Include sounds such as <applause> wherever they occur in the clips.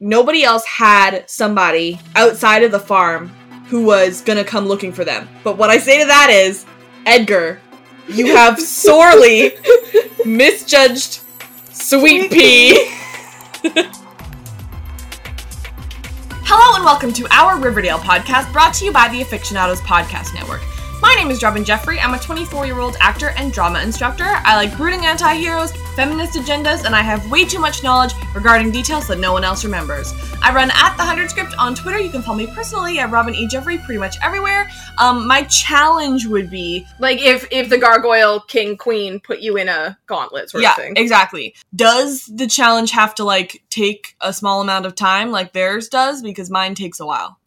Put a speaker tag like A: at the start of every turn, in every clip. A: nobody else had somebody outside of the farm who was gonna come looking for them. But what I say to that is, Edgar, you have sorely misjudged Sweet Pea.
B: Hello and welcome to our Riverdale podcast brought to you by the Aficionados Podcast Network. My name is Robin Jeffrey. I'm a 24 year old actor and drama instructor. I like brooding anti heroes, feminist agendas, and I have way too much knowledge regarding details that no one else remembers. I run at The Hundred Script on Twitter. You can follow me personally at Robin E. Jeffrey pretty much everywhere. Um, my challenge would be
C: Like if if the gargoyle king queen put you in a gauntlet sort
B: yeah,
C: of thing.
B: exactly. Does the challenge have to like take a small amount of time like theirs does? Because mine takes a while.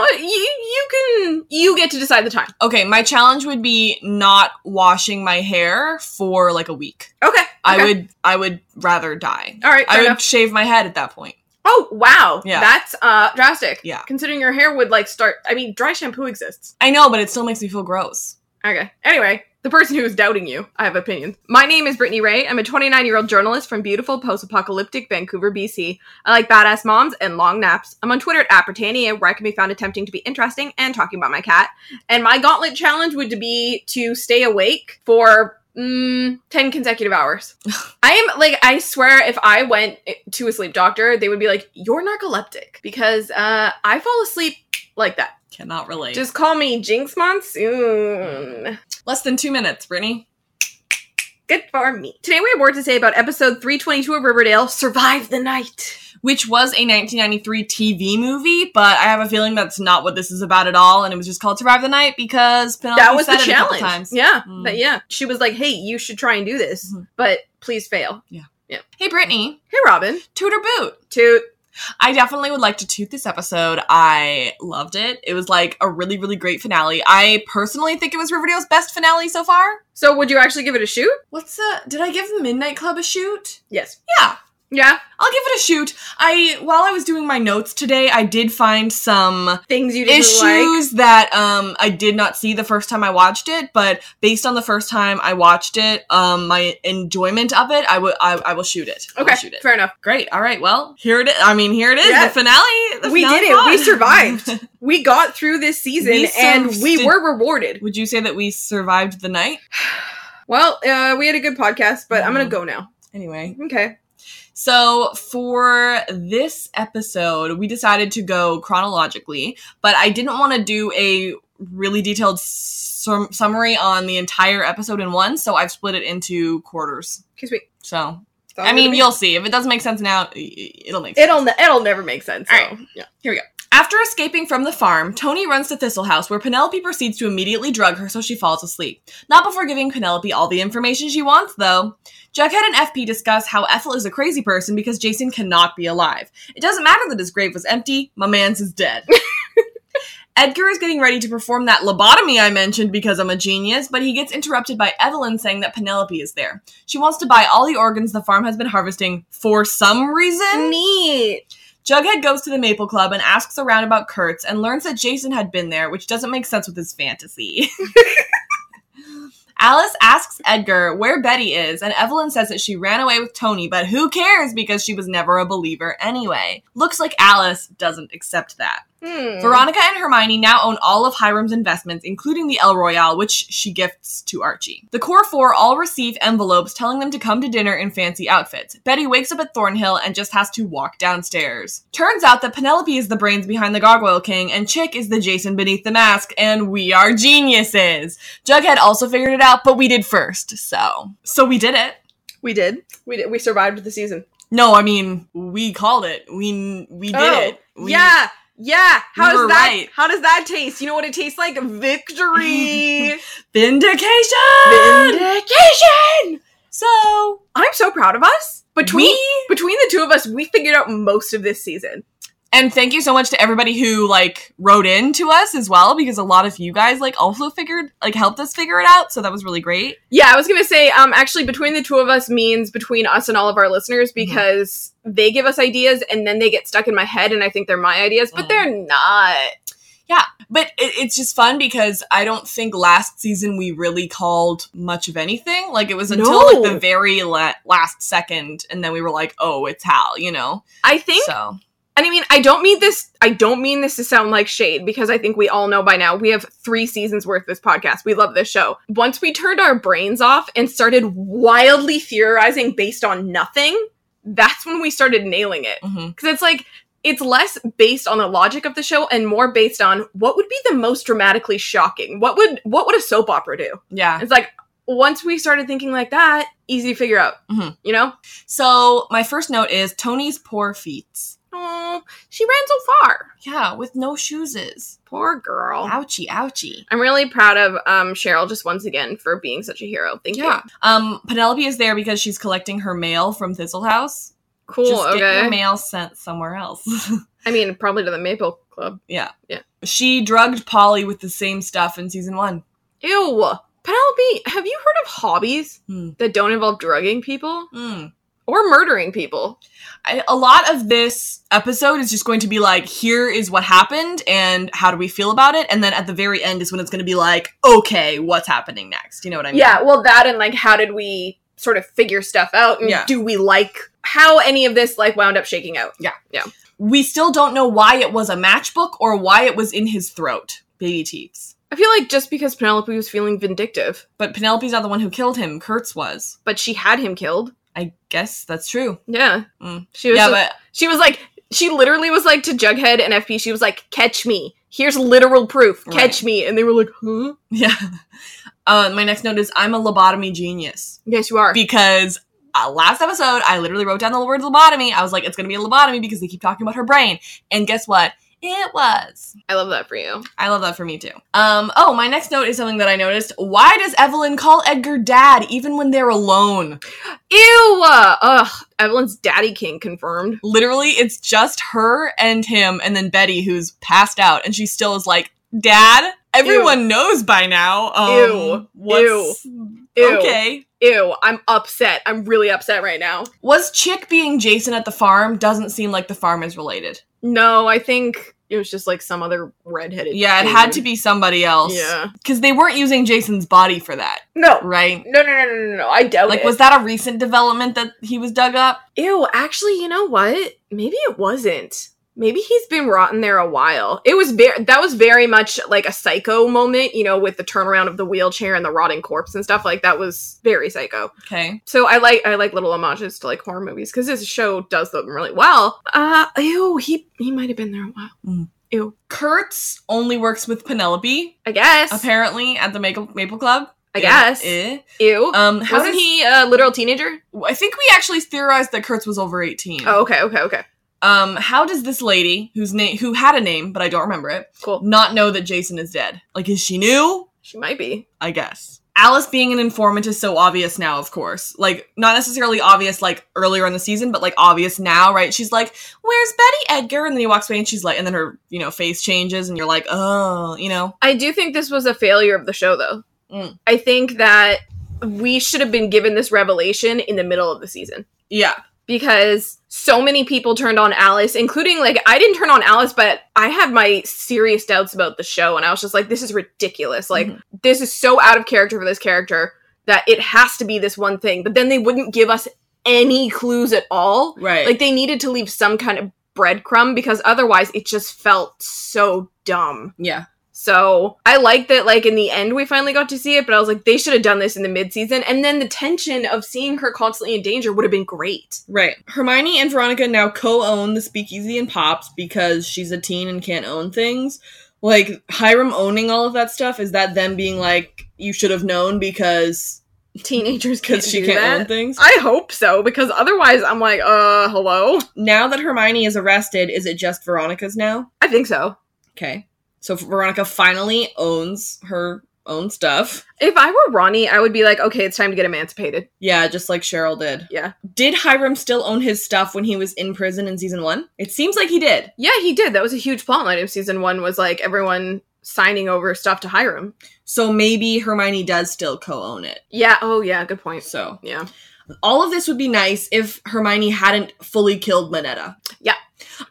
C: No, you you can you get to decide the time.
B: Okay, my challenge would be not washing my hair for like a week.
C: Okay.
B: I
C: okay.
B: would I would rather die.
C: All right. fair
B: I would
C: enough.
B: shave my head at that point.
C: Oh wow.
B: Yeah.
C: That's uh drastic.
B: Yeah.
C: Considering your hair would like start. I mean, dry shampoo exists.
B: I know, but it still makes me feel gross.
C: Okay. Anyway, the person who is doubting you, I have opinions. My name is Brittany Ray. I'm a 29 year old journalist from beautiful post apocalyptic Vancouver, BC. I like badass moms and long naps. I'm on Twitter at Britannia, where I can be found attempting to be interesting and talking about my cat. And my gauntlet challenge would be to stay awake for. Mm, 10 consecutive hours. I am like, I swear, if I went to a sleep doctor, they would be like, You're narcoleptic because uh, I fall asleep like that.
B: Cannot relate. Just
C: Just call me Jinx Monsoon.
B: less than two minutes, Brittany.
C: Good for me. Today we have more to say about episode 322 of Riverdale, Survive the Night.
B: Which was a 1993 TV movie, but I have a feeling that's not what this is about at all. And it was just called Survive the Night because Penelope
C: that was
B: said
C: the
B: it a couple
C: challenge.
B: times.
C: Yeah.
B: Mm.
C: But yeah. She was like, hey, you should try and do this,
B: Mhm.
C: but please fail.
B: Hey, Brittany,
C: Hey, Robin.
B: toot or boot?
C: Toot.
B: I definitely would like to toot this episode. I loved it. It was like a really, really great finale. I personally think it was Riverdale's best finale so far.
C: So would you actually give it a shoot?
B: What's the? Did I give Midnight Club a shoot?
C: Yes.
B: Yeah,
C: Yeah.
B: I'll give it a shoot. I while I was doing my notes today, I did find some
C: Things you didn't like.
B: issues that um I did not see the first time I watched it, but based on the first time I watched it, um my enjoyment of it, I would I, I will shoot it. I will
C: Okay,
B: shoot it.
C: fair enough.
B: Great. All right. Well, here it is. I mean, here it is.
C: Yeah.
B: The finale. The
C: We
B: finale
C: did it. We
B: pod. <laughs>
C: survived. We got through this season
B: We
C: and we
B: survived.
C: were rewarded.
B: Would you say that we survived the night?
C: Well, uh, we had a good podcast, but I'm going to
B: Mhm.
C: go now.
B: Anyway,
C: Okay.
B: so for this episode, we decided to go chronologically, but I didn't want to do a really detailed sum- summary on the entire episode in one, so I've split it into quarters.
C: Excuse me.
B: So,
C: It's all
B: I mean,
C: gonna be-
B: you'll see. If it doesn't make sense now, i- i- it'll make sense.
C: it'll ne- it'll never make sense.
B: All
C: so,
B: right.
C: Yeah.
B: After escaping from the farm, Tony runs to Thistle House, where Penelope proceeds to immediately drug her so she falls asleep. Not before giving Penelope all the information she wants, though. Jughead and FP discuss how Ethel is a crazy person because Jason cannot be alive. It doesn't matter that his grave was empty, my man's is dead. <laughs> Edgar is getting ready to perform that lobotomy I mentioned because I'm a genius, but he gets interrupted by Evelyn saying that Penelope is there. She wants to buy all the organs the farm has been harvesting for some reason.
C: Neat.
B: Jughead goes to the Maple Club and asks around about Kurtz and learns that Jason had been there, which doesn't make sense with his fantasy. Alice asks Edgar where Betty is, and Evelyn says that she ran away with Tony, but who cares because she was never a believer anyway. Looks like Alice doesn't accept that.
C: Hmm.
B: Veronica and Hermione now own all of Hiram's investments, including the El Royale, which she gifts to Archie. The core four all receive envelopes telling them to come to dinner in fancy outfits. Betty wakes up at Thornhill and just has to walk downstairs. Turns out that Penelope is the brains behind the Gargoyle King, and Chick is the Jason beneath the mask, and we are geniuses. Jughead also figured it out, but we did first, so so we did it.
C: We did. We did. We survived the season.
B: No, I mean we called it. We we did
C: Oh,
B: it. We-
C: yeah, yeah. How
B: We
C: does
B: were
C: that?
B: right.
C: How does that taste? You know what it tastes like?
B: <laughs>
C: Victory.
B: vindication.
C: Vindication.
B: So
C: I'm so proud of us. Between
B: We-
C: between the two of us, we figured out most of this season.
B: and thank you so much to everybody who like wrote in to us as well because a lot of you guys like also figured like helped us figure it out so that was really great
C: Yeah, I was gonna say, um, actually, between the two of us means between us and all of our listeners
B: Mm-hmm.
C: because they give us ideas and then they get stuck in my head and I think they're my ideas, but
B: Mhm.
C: they're not.
B: but it, it's just fun because i don't think last season we really called much of anything like it was until like
C: No.
B: the very la- last second and then we were like oh it's hal you know
C: I think
B: so
C: And I mean, I don't mean this. I don't mean this to sound like shade because I think we all know by now we have three seasons worth of this podcast. We love this show. Once we turned our brains off and started wildly theorizing based on nothing, that's when we started nailing it.
B: Mm-hmm.
C: Because it's like it's less based on the logic of the show and more based on what would be the most dramatically shocking. What would what would a soap opera do?
B: Yeah.
C: It's like once we started thinking like that, easy to figure out.
B: Mhm.
C: You know?
B: So my first note is Tony's poor feet.
C: Oh, she ran so far.
B: Yeah, with no shoeses.
C: Poor girl.
B: Ouchie, ouchie.
C: I'm really proud of um, Cheryl just once again for being such a hero. Thank
B: Yeah.
C: you.
B: Um, Penelope is there because she's collecting her mail from Thistle House.
C: Cool.
B: Just get your
C: okay.
B: mail sent somewhere else. <laughs>
C: I mean, probably to the Maple Club.
B: yeah.
C: Yeah.
B: She drugged Polly with the same stuff in season one.
C: Ew. Penelope, have you heard of hobbies
B: Hmm.
C: that don't involve drugging people
B: Mm.
C: or murdering people?
B: I, a lot of this episode is just going to be like, here is what happened and how do we feel about it? And then at the very end is when it's going to be like, okay, what's happening next? You know what I mean?
C: Yeah. Well, that and like, how did we sort of figure stuff out? And
B: Yeah.
C: do we like how any of this like wound up shaking out?
B: We still don't know why it was a matchbook or why it was in his throat. Baby teeth.
C: I feel like just because Penelope was feeling vindictive,
B: But Penelope's not the one who killed him. Kurtz was.
C: but she had him killed.
B: I guess that's true.
C: Yeah.
B: Mm.
C: She was
B: yeah,
C: just-
B: but <laughs>
C: She was like, she literally was like to Jughead and FP, she was like, catch me. Here's literal proof. Catch
B: Right.
C: me. And they were like, huh?
B: Yeah. Uh, my next note is I'm a lobotomy genius
C: Yes, you
B: <laughs>
C: are.
B: because uh, last episode I literally wrote down the word lobotomy. I was like, it's gonna be a lobotomy because they keep talking about her brain, and guess what? It was.
C: I love that for you.
B: I love that for me too. Um. Oh, my next note is something that I noticed. Why does Evelyn call Edgar dad even when they're alone?
C: Ew. uh, Ugh. Evelyn's daddy king confirmed.
B: Literally, it's just her and him, and then Betty who's passed out, and she still is like, "Dad." Everyone knows by now. Um,
C: Ew.
B: What's
C: Ew.
B: okay?
C: Ew. I'm upset. I'm really upset right now.
B: Was Chick being Jason at the farm? Doesn't seem like the farm is related.
C: No, I think it was just like some other redheaded.
B: Yeah, it
C: dude.
B: had to be somebody else.
C: Yeah.
B: Because they weren't using Jason's body for that,
C: No.
B: right?
C: No, no, no, no, no, no. I doubt
B: Like,
C: it.
B: was that a recent development that he was dug up?
C: Ew, actually, you know what? Maybe it wasn't. Maybe he's been rotten there a while. It was very that was very much like a psycho moment, you know, with the turnaround of the wheelchair and the rotting corpse and stuff. Like that was very psycho.
B: Okay.
C: So I like I like little homages to like horror movies because this show does them really well. Uh ew, he he might have been there a while.
B: Kurtz only works with Penelope,
C: I guess.
B: apparently, at the Maple, Maple Club.
C: I guess.
B: Eh.
C: Ew.
B: Um, how
C: Wasn't
B: does-
C: he a literal teenager?
B: I think we actually theorized that Kurtz was over 18.
C: Oh, okay, okay, okay.
B: Um, how does this lady, whose name, who had a name, but I don't remember it,
C: Cool.
B: not know that Jason is dead? Like, is she new?
C: She might be.
B: I guess. Alice being an informant is so obvious now, of course. Like, not necessarily obvious like earlier in the season, but like obvious now, right? She's like, Where's Betty Edgar? And then he walks away and she's like, and then her, you know, face changes and you're like, Oh, you know?
C: I do think this was a failure of the show, though.
B: Mm.
C: I think that we should have been given this revelation in the middle of the season
B: Yeah.
C: because so many people turned on Alice, including like I didn't turn on Alice, but I had my serious doubts about the show, and I was just like, this is ridiculous. Like,
B: Mhm.
C: this is so out of character for this character that it has to be this one thing. But then they wouldn't give us any clues at all.
B: Right.
C: Like, they needed to leave some kind of breadcrumb because otherwise it just felt so dumb.
B: yeah.
C: So I like that, like in the end, we finally got to see it. But I was like, they should have done this in the midseason, and then the tension of seeing her constantly in danger would have been great. <laughs>
B: Right. Hermione and Veronica now co own the speakeasy and pops because she's a teen and can't own things. Like, Hiram owning all of that stuff, is that them being like, You should have known because
C: Teenagers can't
B: because she
C: do
B: can't
C: that.
B: own things?
C: I hope so, because otherwise, I'm like, uh, hello.
B: now that Hermione is arrested, is it just Veronica's now?
C: I think so.
B: Okay. So Veronica finally owns her own stuff.
C: If I were Ronnie, I would be like, okay, it's time to get emancipated.
B: Yeah, just like Cheryl did.
C: Yeah.
B: Did Hiram still own his stuff when he was in prison in season one? It seems like he did.
C: Yeah, he did. That was a huge plotline of season one. Was like everyone signing over stuff to Hiram.
B: So maybe Hermione does still co own it.
C: Yeah. Oh, yeah. Good point.
B: So
C: Yeah.
B: all of this would be nice if Hermione hadn't fully killed Minetta.
C: Yeah.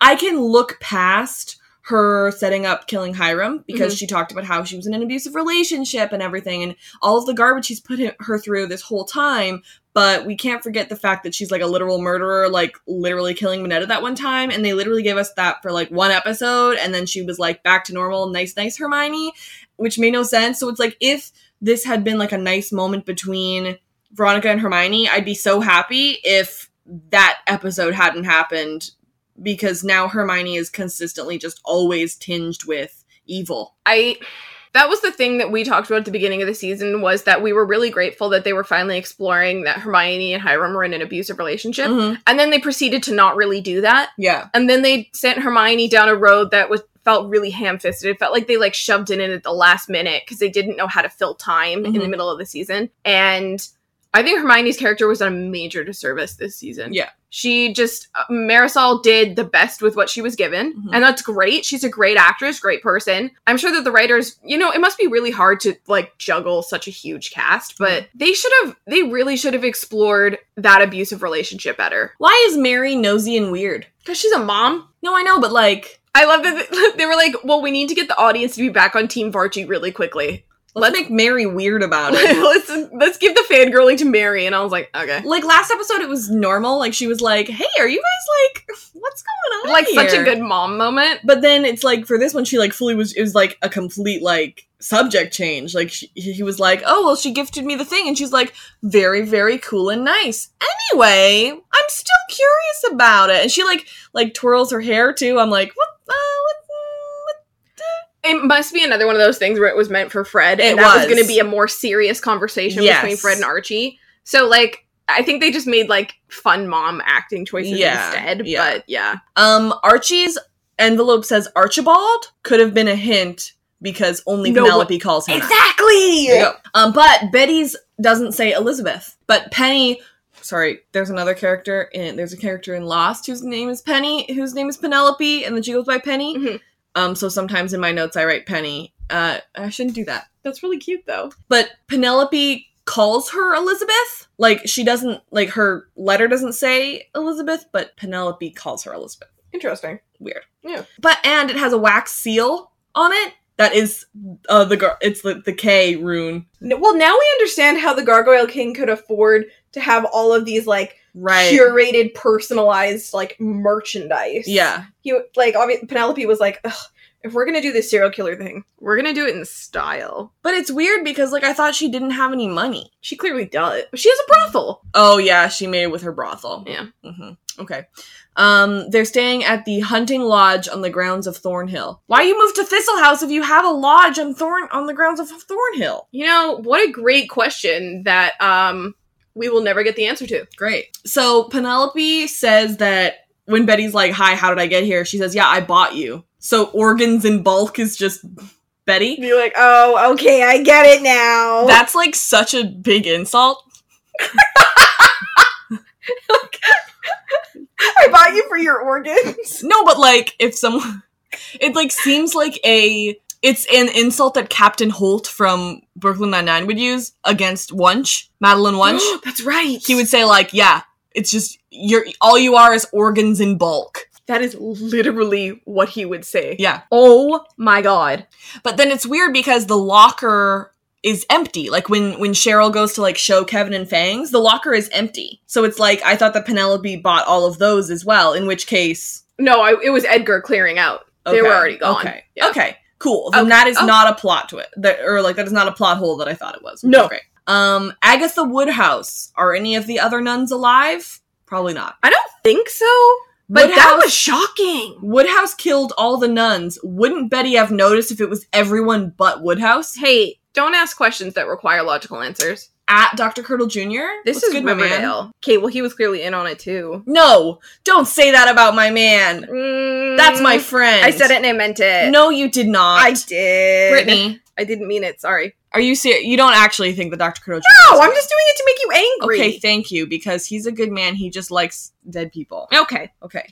B: I can look past her setting up killing Hiram because she talked about how she was in an abusive relationship and everything and all of the garbage she's put hi- her through this whole time. But we can't forget the fact that she's like a literal murderer, like literally killing Minetta that one time. And they literally gave us that for like one episode. And then she was like back to normal, nice, nice Hermione, which made no sense. So it's like if this had been like a nice moment between Veronica and Hermione, I'd be so happy if that episode hadn't happened because now Hermione is consistently just always tinged with evil.
C: I that was the thing that we talked about at the beginning of the season was that we were really grateful that they were finally exploring that Hermione and Hiram were in an abusive relationship.
B: Mm.
C: And then they proceeded to not really do that.
B: Mm-hmm. Yeah.
C: And then they sent Hermione down a road that was felt really ham-fisted. It felt like they like shoved it in at the last minute because they didn't know how to fill time in the
B: Mhm.
C: middle of the season. And I think Hermione's character was on a major disservice this season.
B: Yeah.
C: She just uh, Marisol did the best with what she was given,
B: Mhm.
C: and that's great. She's a great actress, great person. I'm sure that the writers, you know, it must be really hard to like juggle such a huge cast, but they should have they really should have explored that abusive relationship better.
B: Why is Mary nosy and weird?
C: Cuz she's a mom.
B: No, I know, but like,
C: I love that th- they <laughs> were like, "Well, we need to get the audience to be back on Team Varchi really quickly.
B: let's make Mary weird about <laughs> it.
C: <laughs> let's let's give the fangirling to Mary." And I was like, "Okay."
B: like last episode, it was normal. Like she was like, "Hey, are you guys like, what's going on?"
C: Like such a
B: here?"
C: good mom moment.
B: But then it's like for this one, she like fully was. It was like a complete like subject change. Like she, he was like, "Oh well, she gifted me the thing," and she's like, "Very, very cool and nice." Anyway, I'm still curious about it, and she like like twirls her hair too. I'm like, "What? Uh, what, what?"
C: It must be another one of those things where it was meant for Fred, and
B: It
C: that
B: was.
C: was going to be a more serious conversation
B: Yes.
C: between Fred and Archie. So, like, I think they just made like fun mom acting choices
B: Yeah,
C: instead.
B: yeah.
C: But yeah,
B: Um, Archie's envelope says Archibald could have been a hint because only
C: No,
B: Penelope calls him. that.
C: exactly.
B: There you go. Um, but Betty's doesn't say Elizabeth, but Penny. Sorry, there's another character in. There's a character in Lost whose name is Penny, whose name is Penelope, and then she goes by Penny.
C: Mhm.
B: Um, so sometimes in my notes I write Penny. Uh, I shouldn't do that.
C: That's really cute, though.
B: But Penelope calls her Elizabeth. Like she doesn't like her letter doesn't say Elizabeth, but Penelope calls her Elizabeth.
C: Interesting.
B: But and it has a wax seal on it that is uh the gar- it's the the K rune.
C: N- Well, now we understand how the Gargoyle King could afford to have all of these like
B: Right.
C: curated, personalized like merchandise.
B: Yeah.
C: he w- like obvi- Penelope was like, Ugh, if we're gonna do this serial killer thing, we're gonna do it in style.
B: But it's weird because like I thought she didn't have any money.
C: She clearly does. She has a brothel.
B: Oh yeah, she made it with her brothel.
C: Yeah.
B: hmm Okay. Um, they're staying at the hunting lodge on the grounds of Thornhill. Why you move to Thistle House if you have a lodge on Thorn on the grounds of Thornhill?
C: You know what a great question that um we will never get the answer to.
B: Great. So Penelope says that when Betty's like, "Hi, how did I get here?" She says, "Yeah, I bought you." So organs in bulk is just Betty.
C: Be like, oh, okay, I get it now.
B: That's like such a big insult.
C: <laughs> I bought you for your organs. <gasps>
B: No, but like if someone, <laughs> it like seems like a it's an insult that Captain Holt from Brooklyn Nine Nine would use against Wunsch, Madeline Wunsch.
C: <gasps> That's right.
B: he would say like, "Yeah, it's just you're all you are is organs in bulk."
C: That is literally what he would say.
B: Yeah,
C: Oh my god.
B: but then it's weird because the locker is empty. Like when when Cheryl goes to like show Kevin and Fangs, the locker is empty. So it's like I thought that Penelope bought all of those as well. In which case,
C: No, I, it was Edgar clearing out. They were already gone.
B: Okay.
C: Yeah.
B: Okay. Cool. Then
C: Okay.
B: that is
C: Oh.
B: not a plot to it, that, or like that is not a plot hole that I thought it was. which
C: No.
B: is great. Um, Agatha Woodhouse. Are any of the other nuns alive? Probably not.
C: I don't think so. But that
B: Woodhouse-
C: was shocking.
B: Woodhouse killed all the nuns. Wouldn't Betty have noticed if it was everyone but Woodhouse?
C: Hey, don't ask questions that require logical answers.
B: At Dr. Curdle Jr.
C: This
B: What's
C: is
B: good, my man?
C: Riverdale. Okay, well, he was clearly in on it too.
B: No, don't say that about my man. That's my
C: Mm,
B: friend.
C: I said it and I meant it.
B: No, you did not.
C: I did.
B: Brittany,
C: I didn't mean it. Sorry.
B: are you serious? You don't actually think that Dr. Curdle Jr.
C: No,
B: is
C: I'm just doing it to make you angry.
B: Okay, thank you, because he's a good man. He just likes dead people.
C: okay.
B: Okay.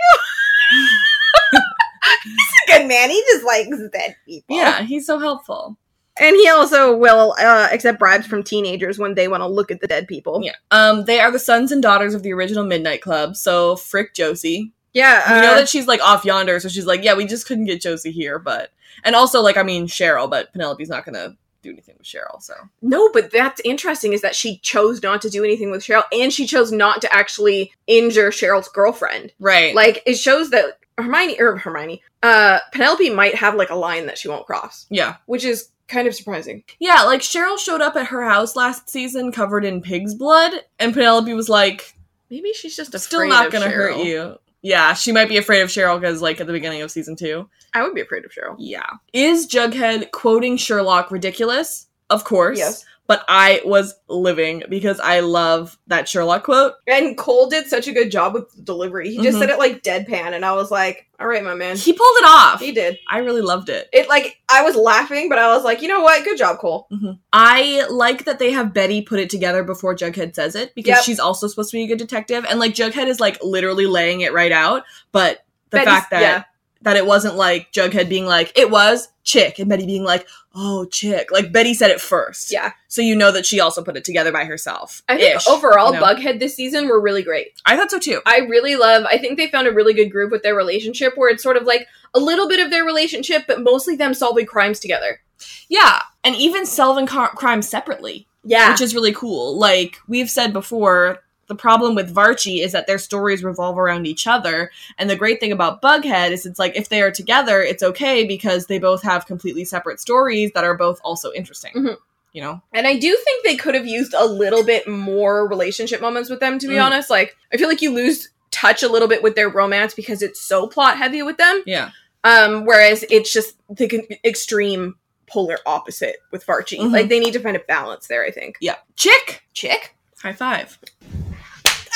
C: Good man. He just likes dead people.
B: Yeah, he's so helpful.
C: And he also will uh, accept bribes from teenagers when they want to look at the dead people.
B: Yeah. Um, they are the sons and daughters of the original Midnight Club, so frick Josie.
C: Yeah.
B: we
C: uh,
B: know that she's like off yonder, so she's like, yeah, we just couldn't get Josie here, but and also like I mean Cheryl, but Penelope's not gonna do anything with Cheryl. So
C: No, but that's interesting is that she chose not to do anything with Cheryl and she chose not to actually injure Cheryl's girlfriend.
B: right, like
C: <laughs> Like it shows that Hermione or Hermione, uh Penelope might have like a line that she won't cross,
B: yeah,
C: which is kind of surprising.
B: yeah. Like Cheryl showed up at her house last season covered in pig's blood, and Penelope was like,
C: Maybe she's just
B: "Still not gonna hurt you." Yeah, she might be afraid of Cheryl because like at the beginning of season two.
C: I would be afraid of Cheryl.
B: Yeah, is Jughead quoting Sherlock ridiculous? Of course.
C: Yes.
B: But I was living because I love that Sherlock quote.
C: And Cole did such a good job with the delivery. He just
B: Mhm.
C: said it like deadpan and I was like, "All right, my man."
B: He pulled it off.
C: He did.
B: I really loved it.
C: It like I was laughing, but I was like, "You know what? Good job, Cole."
B: I like that they have Betty put it together before Jughead says it because
C: Yep.
B: she's also supposed to be a good detective, and like Jughead is like literally laying it right out. But the
C: Betty's-
B: fact that
C: yeah.
B: that it wasn't like Jughead being like it was chick and Betty being like oh chick, like Betty said it first.
C: Yeah.
B: So you know that she also put it together by herself.
C: I think
B: Ish,
C: overall
B: you know?
C: Bughead this season were really great.
B: I thought so too.
C: I really love. I think they found a really good groove with their relationship where it's sort of like a little bit of their relationship, but mostly them solving crimes together.
B: Yeah, and even solving car- crime separately.
C: Yeah.
B: which is really cool. Like we've said before, the problem with Varchie is that their stories revolve around each other. And the great thing about Bughead is it's like if they are together, it's okay because they both have completely separate stories that are both also interesting.
C: Mhm.
B: You know?
C: and I do think they could have used a little bit more relationship moments with them, to be
B: Mm.
C: honest. Like, I feel like you lose touch a little bit with their romance because it's so plot heavy with them.
B: Yeah.
C: Um, whereas it's just the con- extreme polar opposite with Varchi.
B: Mhm.
C: Like, they need to find a balance there, I think.
B: Yeah. Chick!
C: Chick?
B: High five.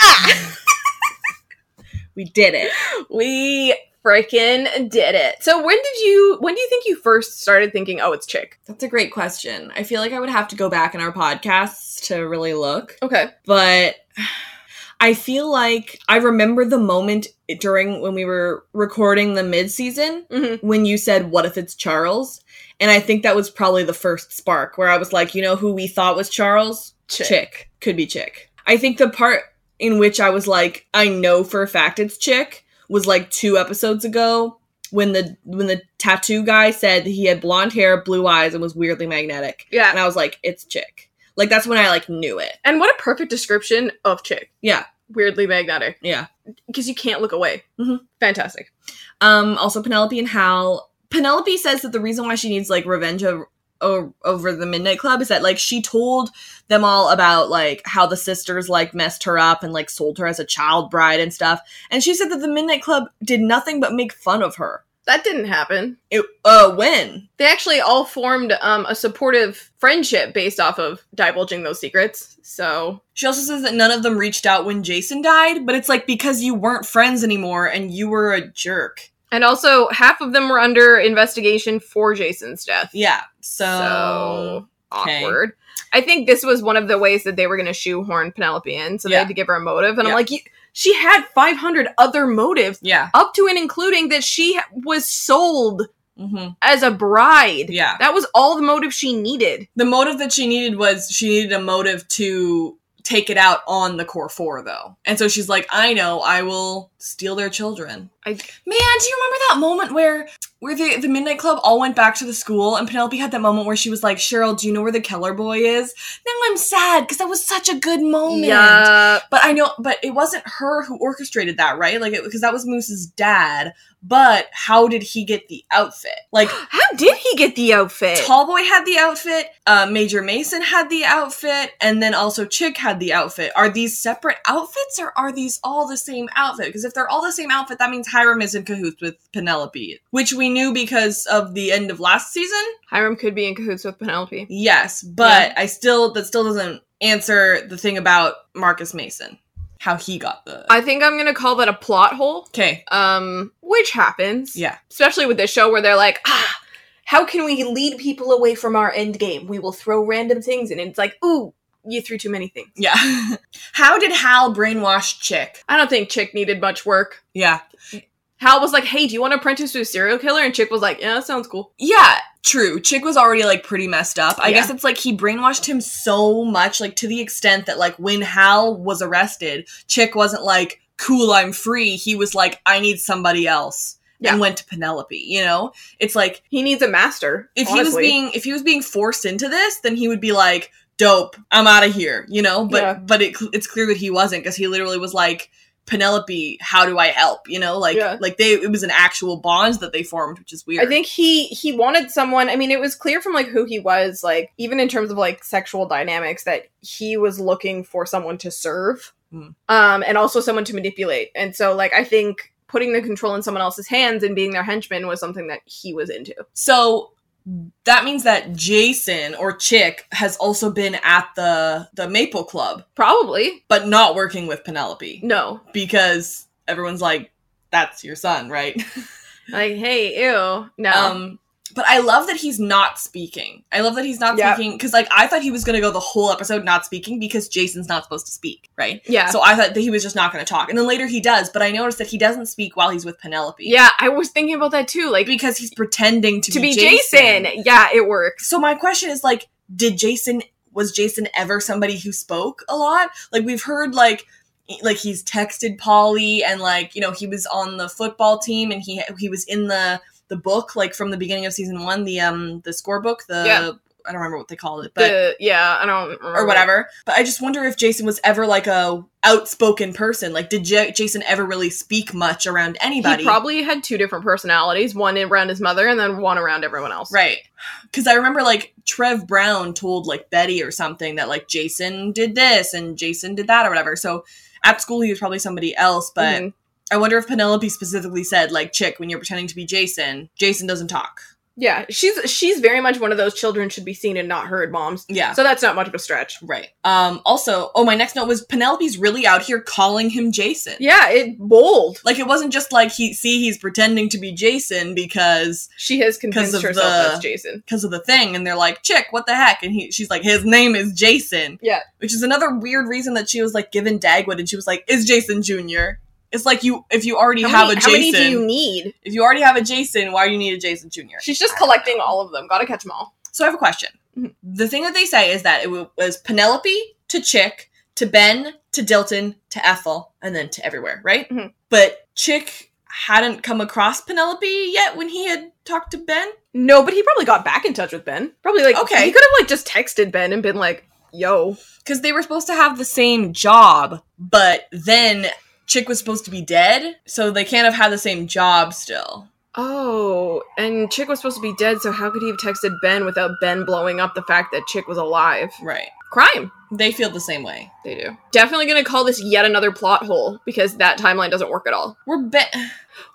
C: Ah!
B: <laughs> We did it.
C: We freaking did it. So, when did you, when do you think you first started thinking, oh, it's Chick?
B: That's a great question. I feel like I would have to go back in our podcasts to really look.
C: Okay.
B: but I feel like I remember the moment during when we were recording the mid season
C: Mhm.
B: when you said, What if it's Charles? And I think that was probably the first spark where I was like, You know who we thought was Charles?
C: Chick.
B: Could be Chick. I think the part in which I was like, I know for a fact it's Chick was like two episodes ago when the when the tattoo guy said he had blonde hair, blue eyes, and was weirdly magnetic. And
C: Yeah.
B: I was like, it's Chick. Like that's when I like knew it.
C: And what a perfect description of chick.
B: Yeah.
C: Weirdly magnetic.
B: Yeah.
C: Because you can't look away.
B: Mhm.
C: Fantastic.
B: Um, also Penelope and Hal. Penelope says that the reason why she needs like revenge over, o- over the Midnight Club is that like she told them all about like how the sisters like messed her up and like sold her as a child bride and stuff. And she said that the Midnight Club did nothing but make fun of her.
C: That didn't happen.
B: It, uh, when?
C: They actually all formed um, a supportive friendship based off of divulging those secrets. So,
B: She also says that none of them reached out when Jason died, but it's like because you weren't friends anymore and you were a jerk.
C: and also half of them were under investigation for Jason's death.
B: Yeah.
C: So,
B: okay.
C: awkward. I think this was one of the ways that they were going to shoehorn Penelope in. So they
B: Yeah.
C: had to give her a motive. And
B: Yeah.
C: I'm like, you- she had 500 other motives,
B: yeah.
C: up to and including that she was sold
B: Mm-hmm.
C: as a bride.
B: Yeah.
C: That was all the motive she needed.
B: The motive that she needed was she needed a motive to take it out on the core four, though. And so she's like, I know, I will steal their children.
C: I-
B: Man, do you remember that moment where where the, the Midnight Club all went back to the school and Penelope had that moment where she was like, Cheryl, do you know where the Keller boy is? Now I'm sad because that was such a good moment.
C: Yeah.
B: But I know, but it wasn't her who orchestrated that, right? Like, because that was Moose's dad. But how did he get the outfit? Like,
C: How did he get the outfit?
B: Tallboy had the outfit, uh, Major Mason had the outfit, and then also Chick had the outfit. Are these separate outfits or are these all the same outfit? Because if they're all the same outfit, that means Hiram is in cahoots with Penelope, which we knew because of the end of last season.
C: Hiram could be in cahoots with Penelope.
B: Yes, but I still that still doesn't answer the thing about Marcus Mason, how he got the
C: I think I'm gonna call that a plot hole.
B: okay.
C: Um, which happens.
B: Yeah,
C: Especially with this show where they're like, ah, how can we lead people away from our end game? We will throw random things in. And it's like, ooh, you threw too many things.
B: yeah. <laughs> how did Hal brainwash Chick?
C: I don't think Chick needed much work.
B: Yeah,
C: Hal was like, hey, do you want to apprentice to a serial killer? And Chick was like, yeah, that sounds cool.
B: Yeah, true. Chick was already like pretty messed up. I
C: Yeah.
B: guess it's like he brainwashed him so much, like to the extent that like when Hal was arrested, Chick wasn't like, cool, I'm free. He was like, I need somebody else.
C: Yeah.
B: and went to Penelope. You know, it's like
C: He needs a master.
B: if he was
C: honestly.
B: being if he was being forced into this, then he would be like, "Dope, I'm out of here," you know. But
C: Yeah.
B: but it, cl- it's clear that he wasn't because he literally was like, "Penelope, how do I help?" You know, like
C: Yeah.
B: like they it was an actual bond that they formed, which is weird.
C: I think he he wanted someone. I mean, it was clear from like who he was, like even in terms of like sexual dynamics, that he was looking for someone to serve,
B: Mm.
C: um, and also someone to manipulate. And so, like, I think putting the control in someone else's hands and being their henchman was something that he was into.
B: so. That means that Jason or Chick has also been at the the Maple Club,
C: Probably
B: but not working with Penelope.
C: no,
B: because everyone's like, that's your son, right?
C: like, hey, ew, no,
B: Um, but I love that he's not speaking. I love that he's not
C: Yep.
B: speaking because, like, I thought he was going to go the whole episode not speaking because Jason's not supposed to speak, right?
C: yeah,
B: So I thought that he was just not going to talk. And then later he does, but I noticed that he doesn't speak while he's with Penelope.
C: yeah. I was thinking about that too, like
B: Because he's pretending to,
C: to be Jason. Yeah, it works.
B: So my question is like, did Jason was Jason ever somebody who spoke a lot? Like we've heard like e- like he's texted Polly and like you know he was on the football team and he he was in the the book like from the beginning of season one the um the scorebook the
C: Yeah.
B: I don't remember what they called it but.
C: The- yeah, I don't remember.
B: or whatever, but I just wonder if Jason was ever like a outspoken person. Like, did J- Jason ever really speak much around anybody?
C: He probably had two different personalities, one around his mother and then one around everyone else.
B: Right. Because I remember like Trev Brown told like Betty or something that like Jason did this and Jason did that or whatever. So at school he was probably somebody else, but
C: Mhm.
B: I wonder if Penelope specifically said like, "Chick, when you're pretending to be Jason, Jason doesn't talk."
C: yeah, she's she's very much one of those children should be seen and not heard moms.
B: Yeah.
C: So that's not much of a stretch.
B: Right. Um. Also, oh, my next note was Penelope's really out here calling him Jason.
C: Yeah, it bold.
B: Like it wasn't just like he see he's pretending to be Jason because
C: She has
B: 'Cause
C: convinced
B: of
C: herself
B: the-
C: that's Jason.
B: because of the thing and they're like chick what the heck and he she's like his name is jason
C: Yeah.
B: which is another weird reason that she was like given dagwood and she was like is jason junior it's like you if you already have
C: How many,
B: a
C: how many
B: jason
C: do you need?
B: if you already have a jason why do you need a jason junior
C: She's just collecting all of them. Gotta catch them all.
B: so i have a question
C: Mhm.
B: the thing that they say is that it wa- was penelope to chick to ben to dilton to ethel and then to everywhere right
C: Mhm.
B: but chick hadn't come across penelope yet when he had talked to ben
C: No, but he probably got back in touch with Ben. Probably like
B: Okay.
C: He could have like just texted Ben and been like, "Yo,
B: because they were supposed to have the same job, but then Chick was supposed to be dead, so they can't have had the same job still.
C: oh." And Chick was supposed to be dead, so how could he have texted Ben without Ben blowing up the fact that Chick was alive?
B: Right.
C: Crime.
B: They feel the same way.
C: They do. Definitely gonna call this yet another plot hole because that timeline doesn't work at all.
B: Were Ben,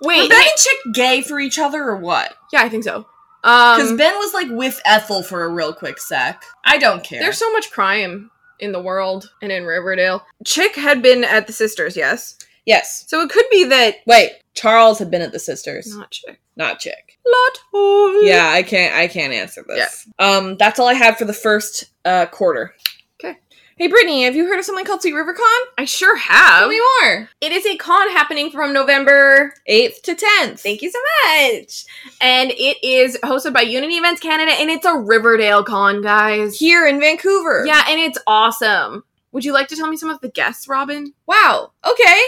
B: were
C: Wait,
B: ben and Chick gay for each other or what?
C: yeah, I think so.
B: Because
C: Um,
B: Ben was like with Ethel for a real quick sec. I don't care.
C: there's so much crime in the world and in Riverdale. Chick had been at the sisters, yes.
B: yes.
C: So it could be that
B: Wait, Charles had been at the sisters,
C: not Chick.
B: not Chick.
C: Plot hole.
B: Yeah, I can't. I can't answer this. Um, that's all I had for the first uh quarter.
C: Hey Brittany, have you heard of something called Sweet River Con? I sure
B: Tell
C: have.
B: me more.
C: It is a con happening from November
B: Eighth to tenth.
C: Thank you so much. And it is hosted by Unity Events Canada and it's a Riverdale con, guys.
B: Here in Vancouver.
C: Yeah, and it's awesome. Would you like to tell me some of the guests, Robin?
B: Wow. Okay.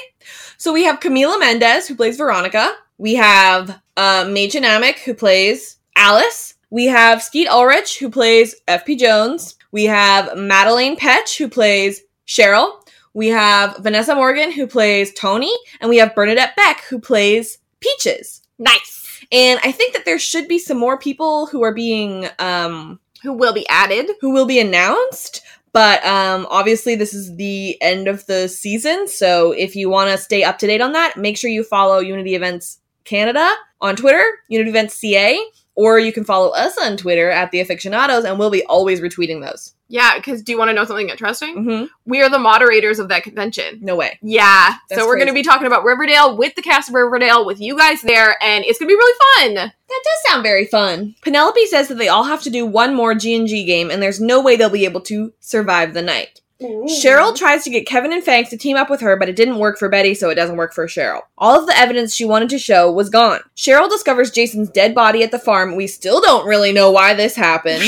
B: So we have Camila Mendez, who plays Veronica. We have uh, Majin Amick, who plays Alice. We have Skeet Ulrich, who plays FP Jones. We have Madeline Petch, who plays Cheryl. We have Vanessa Morgan, who plays Tony. And we have Bernadette Beck, who plays Peaches.
C: Nice.
B: And I think that there should be some more people who are being um,
C: Who will be added?
B: who will be announced. But um, obviously, this is the end of the season. So if you want to stay up to date on that, make sure you follow Unity Events Canada on Twitter, Unity Events CA, or you can follow us on Twitter at The Aficionados, and we'll be always retweeting those.
C: Yeah, because do you want to know something interesting?
B: hmm
C: We are the moderators of that convention.
B: No way.
C: Yeah.
B: That's
C: so we're going to
B: crazy.
C: be talking about Riverdale with the cast of Riverdale with you guys there, and it's going to be really fun.
B: That does sound very fun. Penelope says that they all have to do one more G&G game, and there's no way they'll be able to survive the night. Cheryl tries to get Kevin and Fangs to team up with her, but it didn't work for Betty, so it doesn't work for Cheryl. All of the evidence she wanted to show was gone. Cheryl discovers Jason's dead body at the farm. We still don't really know why this happened.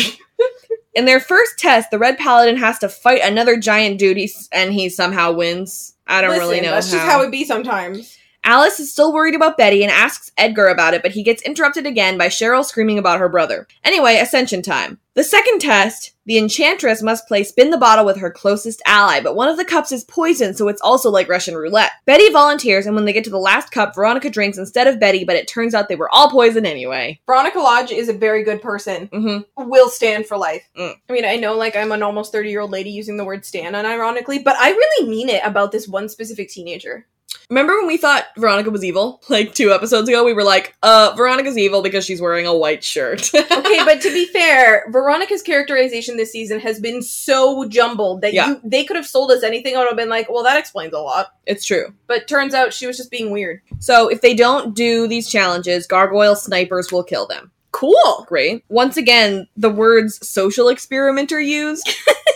B: In their first test, the Red Paladin has to fight another giant dude, he's- and he somehow wins. I don't really know.
C: That's
B: how.
C: just how it be sometimes.
B: Alice is still worried about Betty and asks Edgar about it, but he gets interrupted again by Cheryl screaming about her brother. Anyway, ascension time. The second test, the enchantress must play spin the bottle with her closest ally, but one of the cups is poisoned, so it's also like Russian roulette. Betty volunteers, and when they get to the last cup, Veronica drinks instead of Betty, but it turns out they were all poisoned anyway.
C: Veronica Lodge is a very good person.
B: Mm-hmm.
C: Will stand for life.
B: Mm.
C: I mean, I know like I'm an almost 30 year old lady using the word stan unironically, but I really mean it about this one specific teenager.
B: Remember when we thought Veronica was evil? Like two episodes ago, we were like, uh, Veronica's evil because she's wearing a white shirt. <laughs>
C: Okay, but to be fair, Veronica's characterization this season has been so jumbled that
B: Yeah.
C: you, they could have sold us anything and I would have been like, well, that explains a lot.
B: it's true.
C: But turns out she was just being weird. <laughs>
B: So if they don't do these challenges, gargoyle snipers will kill them.
C: Cool.
B: Great. Once again, the words social experiment are
C: <laughs>
B: used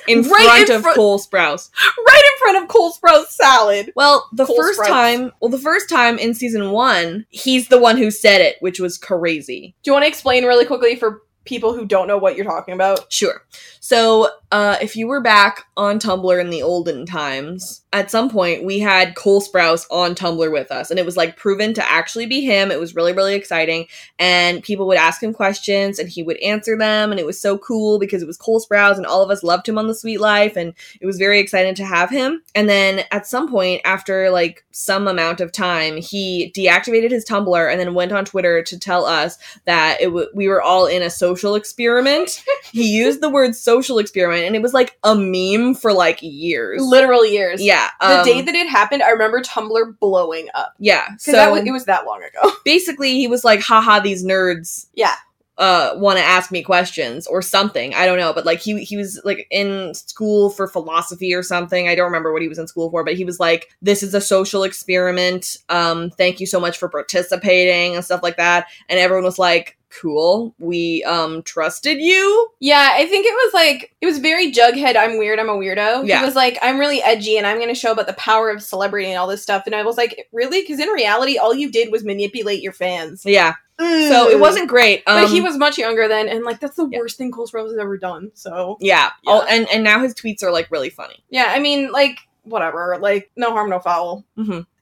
B: in
C: Right
B: front
C: in
B: of
C: front-
B: Cole Sprouse.
C: Right in front of Cole Sprout salad.
B: Well, the
C: Cole
B: first
C: Sprouse.
B: time, well, the first time in season one, he's the one who said it, which was crazy.
C: Do you want to explain really quickly for people who don't know what you're talking about?
B: Sure. So, uh, if you were back on Tumblr in the olden times, at some point we had Cole Sprouse on Tumblr with us, and it was like proven to actually be him. It was really, really exciting. And people would ask him questions, and he would answer them, and it was so cool because it was Cole Sprouse, and all of us loved him on The Sweet Life, and it was very exciting to have him. And then at some point, after like some amount of time, he deactivated his Tumblr and then went on Twitter to tell us that it w- we were all in a social
C: <laughs>
B: experiment. he used the word social experiment, and it was like a meme for like years.
C: Literal years.
B: Yeah,
C: The
B: um,
C: day that it happened, I remember Tumblr blowing up.
B: yeah.
C: Because
B: So
C: that was, it was that long ago.
B: basically, he was like, "Haha, these nerds."
C: Yeah.
B: Uh, want to ask me questions or something? I don't know, but like he he was like in school for philosophy or something. I don't remember what he was in school for, but he was like, "This is a social experiment. Um, thank you so much for participating and stuff like that." And everyone was like, "Cool, we um trusted you."
C: Yeah, I think it was like it was very Jughead. I'm weird. I'm a weirdo.
B: Yeah.
C: He was like, I'm really edgy, and I'm going to show about the power of celebrity and all this stuff. And I was like, really? Because in reality, all you did was manipulate your fans.
B: Yeah. So it wasn't great. Um,
C: Mm-hmm. but he was much younger then, and like that's the
B: yeah.
C: worst thing Cole Sprouse has ever done. So
B: Yeah.
C: Yeah.
B: Oh, and and now his tweets are like really funny.
C: yeah, I mean, like whatever. Like no harm, no foul.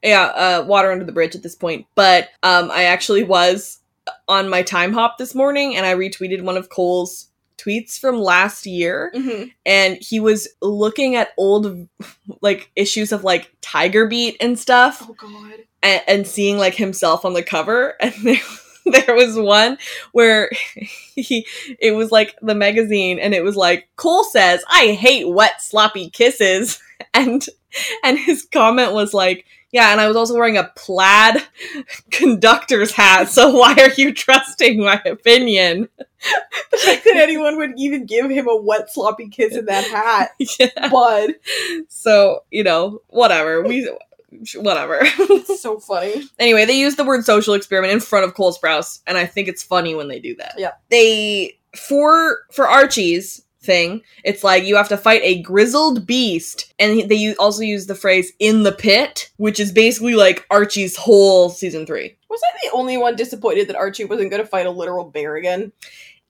B: Yeah. Uh, water under the bridge at this point. But um, I actually was on my time hop this morning, and I retweeted one of Cole's tweets from last year,
C: Mhm.
B: and he was looking at old <laughs> like issues of like Tiger Beat and stuff.
C: Oh God.
B: and, and seeing like himself on the cover <laughs> and there, there was one where <laughs> he it was like the magazine and it was like cole says i hate wet sloppy kisses <laughs> and and his comment was like yeah and i was also wearing a plaid <laughs> conductor's hat so why are you trusting my opinion
C: <laughs>
B: <laughs>
C: The fact that anyone would even give him a wet sloppy kiss in that hat,
B: <laughs> yeah.
C: bud.
B: so you know whatever we whatever <laughs>
C: It's so funny.
B: Anyway, they use the word social experiment in front of Cole Sprouse, and I think it's funny when they do that.
C: Yeah.
B: They for for Archie's thing, it's like you have to fight a grizzled beast, and they u- also use the phrase "in the pit," which is basically like Archie's whole season three.
C: Was I the only one disappointed that Archie wasn't going to fight a literal bear again?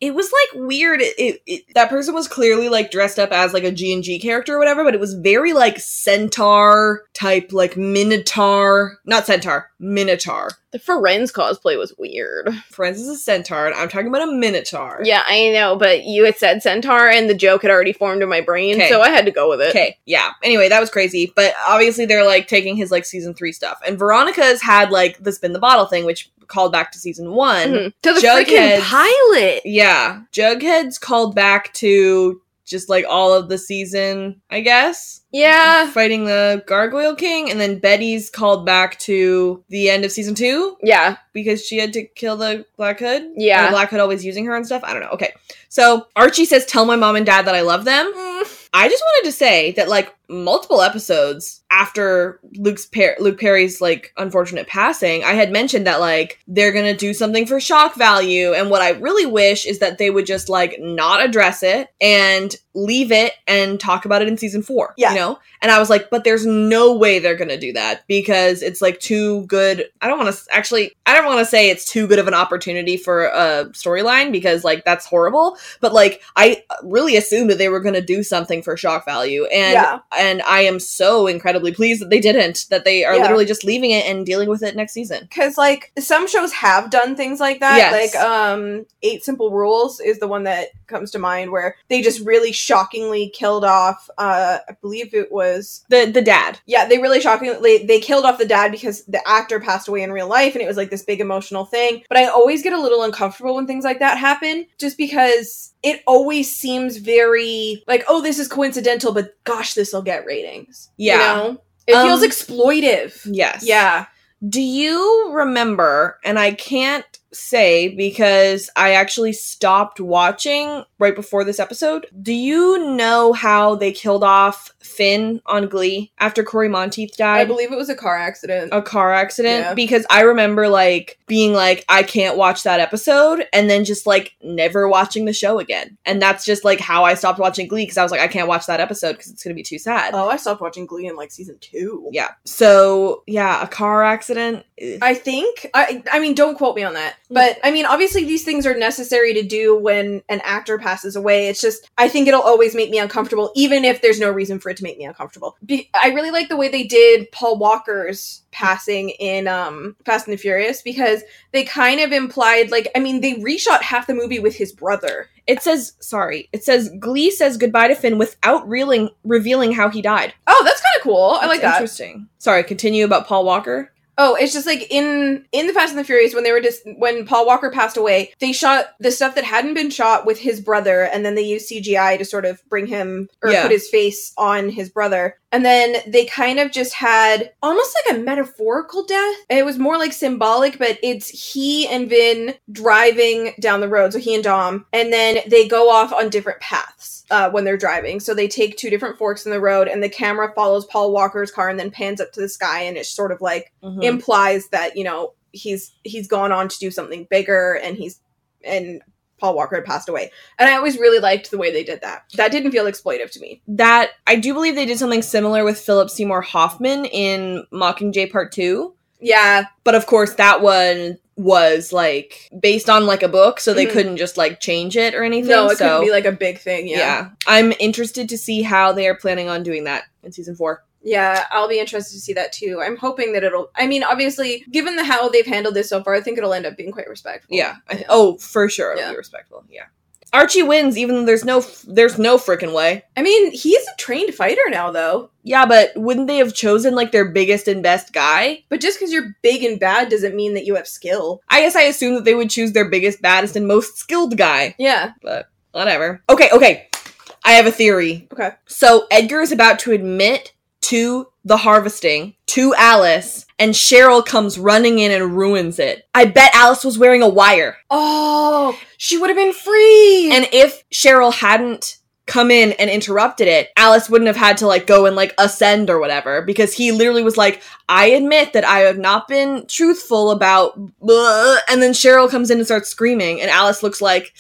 B: It was like weird. It, it, it- that person was clearly like dressed up as like a G and G character or whatever, but it was very like centaur type, like minotaur, not centaur, minotaur.
C: The Ferenz cosplay was weird.
B: Friends is a centaur, and I'm talking about a minotaur.
C: Yeah, I know, but you had said centaur, and the joke had already formed in my brain,
B: 'Kay.
C: so I had to go with it.
B: Okay, yeah. Anyway, that was crazy. But obviously, they're like taking his like season three stuff, and Veronica's had like the spin the bottle thing, which called back to season one.
C: Mhm. To the freaking
B: Jughead's-
C: pilot.
B: Yeah, Jughead's called back to just like all of the season, I guess.
C: Yeah.
B: Fighting the Gargoyle King, and then Betty's called back to the end of season two
C: Yeah.
B: because she had to kill the Black Hood.
C: Yeah.
B: Or the Black Hood always using her and stuff. I don't know. Okay, so Archie says, "Tell my mom and dad that I love them."
C: Mm.
B: I just wanted to say that like multiple episodes after Luke's per- Luke Perry's like unfortunate passing, I had mentioned that like they're going to do something for shock value and what I really wish is that they would just like not address it and leave it and talk about it in season 4,
C: Yeah.
B: you know? And I was like, but there's no way they're going to do that because it's like too good. I don't want to actually I don't want to say it's too good of an opportunity for a storyline because like that's horrible, but like I really assumed that they were going to do something for shock value and
C: Yeah.
B: I- and I am so incredibly pleased that they didn't. That they are
C: Yeah.
B: literally just leaving it and dealing with it next season.
C: Because like some shows have done things like that.
B: Yes.
C: Like um Eight Simple Rules is the one that comes to mind where they just really shockingly killed off uh I believe it was
B: The the dad.
C: yeah, they really shockingly they killed off the dad because the actor passed away in real life and it was like this big emotional thing. But I always get a little uncomfortable when things like that happen just because it always seems very like, oh, this is coincidental, but gosh, this'll get ratings.
B: Yeah.
C: You know? It
B: Um,
C: feels exploitive.
B: Yes.
C: Yeah.
B: Do you remember? And I can't say because I actually stopped watching right before this episode. Do you know how they killed off Finn on Glee after Corey Monteith
C: I
B: died?
C: believe it was a car accident.
B: a car accident
C: Yeah.
B: because I remember like being like I can't watch that episode and then just like never watching the show again. And that's just like how I stopped watching Glee because I was like I can't watch that episode because it's going to be too sad.
C: Oh, I stopped watching Glee in like season two.
B: Yeah. So, yeah, a car accident. eh, Ugh.
C: I think. I I mean, don't quote me on that. But I mean, obviously these things are necessary to do when an actor passes away. It's just I think it'll always make me uncomfortable, even if there's no reason for it to make me uncomfortable. Be- I really like the way they did Paul Walker's passing in um Fast and the Furious because they kind of implied like I mean, they reshot half the movie with his brother.
B: It says sorry. It says Glee says goodbye to Finn without reeling, revealing how he died.
C: Oh, that's kind of cool. I like
B: That's
C: that.
B: Interesting. Sorry, continue about Paul Walker.
C: Oh, it's just like in in the Fast and the Furious when they were just when Paul Walker passed away, they shot the stuff that hadn't been shot with his brother, and then they used CGI to sort of bring him or
B: Yeah.
C: put his face on his brother, and then they kind of just had almost like a metaphorical death. It was more like symbolic, but it's he and Vin driving down the road, so he and Dom, and then they go off on different paths uh, when they're driving. So they take two different forks in the road, and the camera follows Paul Walker's car and then pans up to the sky, and it's sort of like
B: Hmm.
C: implies that you know he's he's gone on to do something bigger and he's and paul walker had passed away and i always really liked the way they did that that didn't feel exploitive to me
B: that I do believe they did something similar with Philip Seymour Hoffman in Mockingjay Part 2.
C: yeah
B: but of course that one was like based on like a book so they
C: Mhm.
B: couldn't just like change it or anything
C: no it
B: so
C: could be like a big thing
B: yeah.
C: yeah yeah,
B: i'm interested to see how they are planning on doing that in season
C: Oh.
B: four
C: i'll be interested to see that too i'm hoping that it'll i mean obviously given the how they've handled this so far i think it'll end up being quite respectful
B: yeah I, oh for sure it'll
C: Yeah.
B: be respectful yeah archie wins even though there's no f- there's no freaking way
C: i mean he's a trained fighter now though
B: yeah but wouldn't they have chosen like their biggest and best guy
C: but just because you're big and bad doesn't mean that you have skill
B: i guess i assume that they would choose their biggest baddest and most skilled guy
C: yeah
B: but whatever. Okay, okay. I have a theory.
C: Okay.
B: So Edgar is about to admit to the harvesting to Alice, and Cheryl comes running in and ruins it. I bet Alice was wearing a wire.
C: oh she would have been free
B: And if Cheryl hadn't come in and interrupted it, Alice wouldn't have had to like go and like ascend or whatever because he literally was like, "I admit that I have not been truthful about," blah," and then Cheryl comes in and starts screaming, and Alice looks like,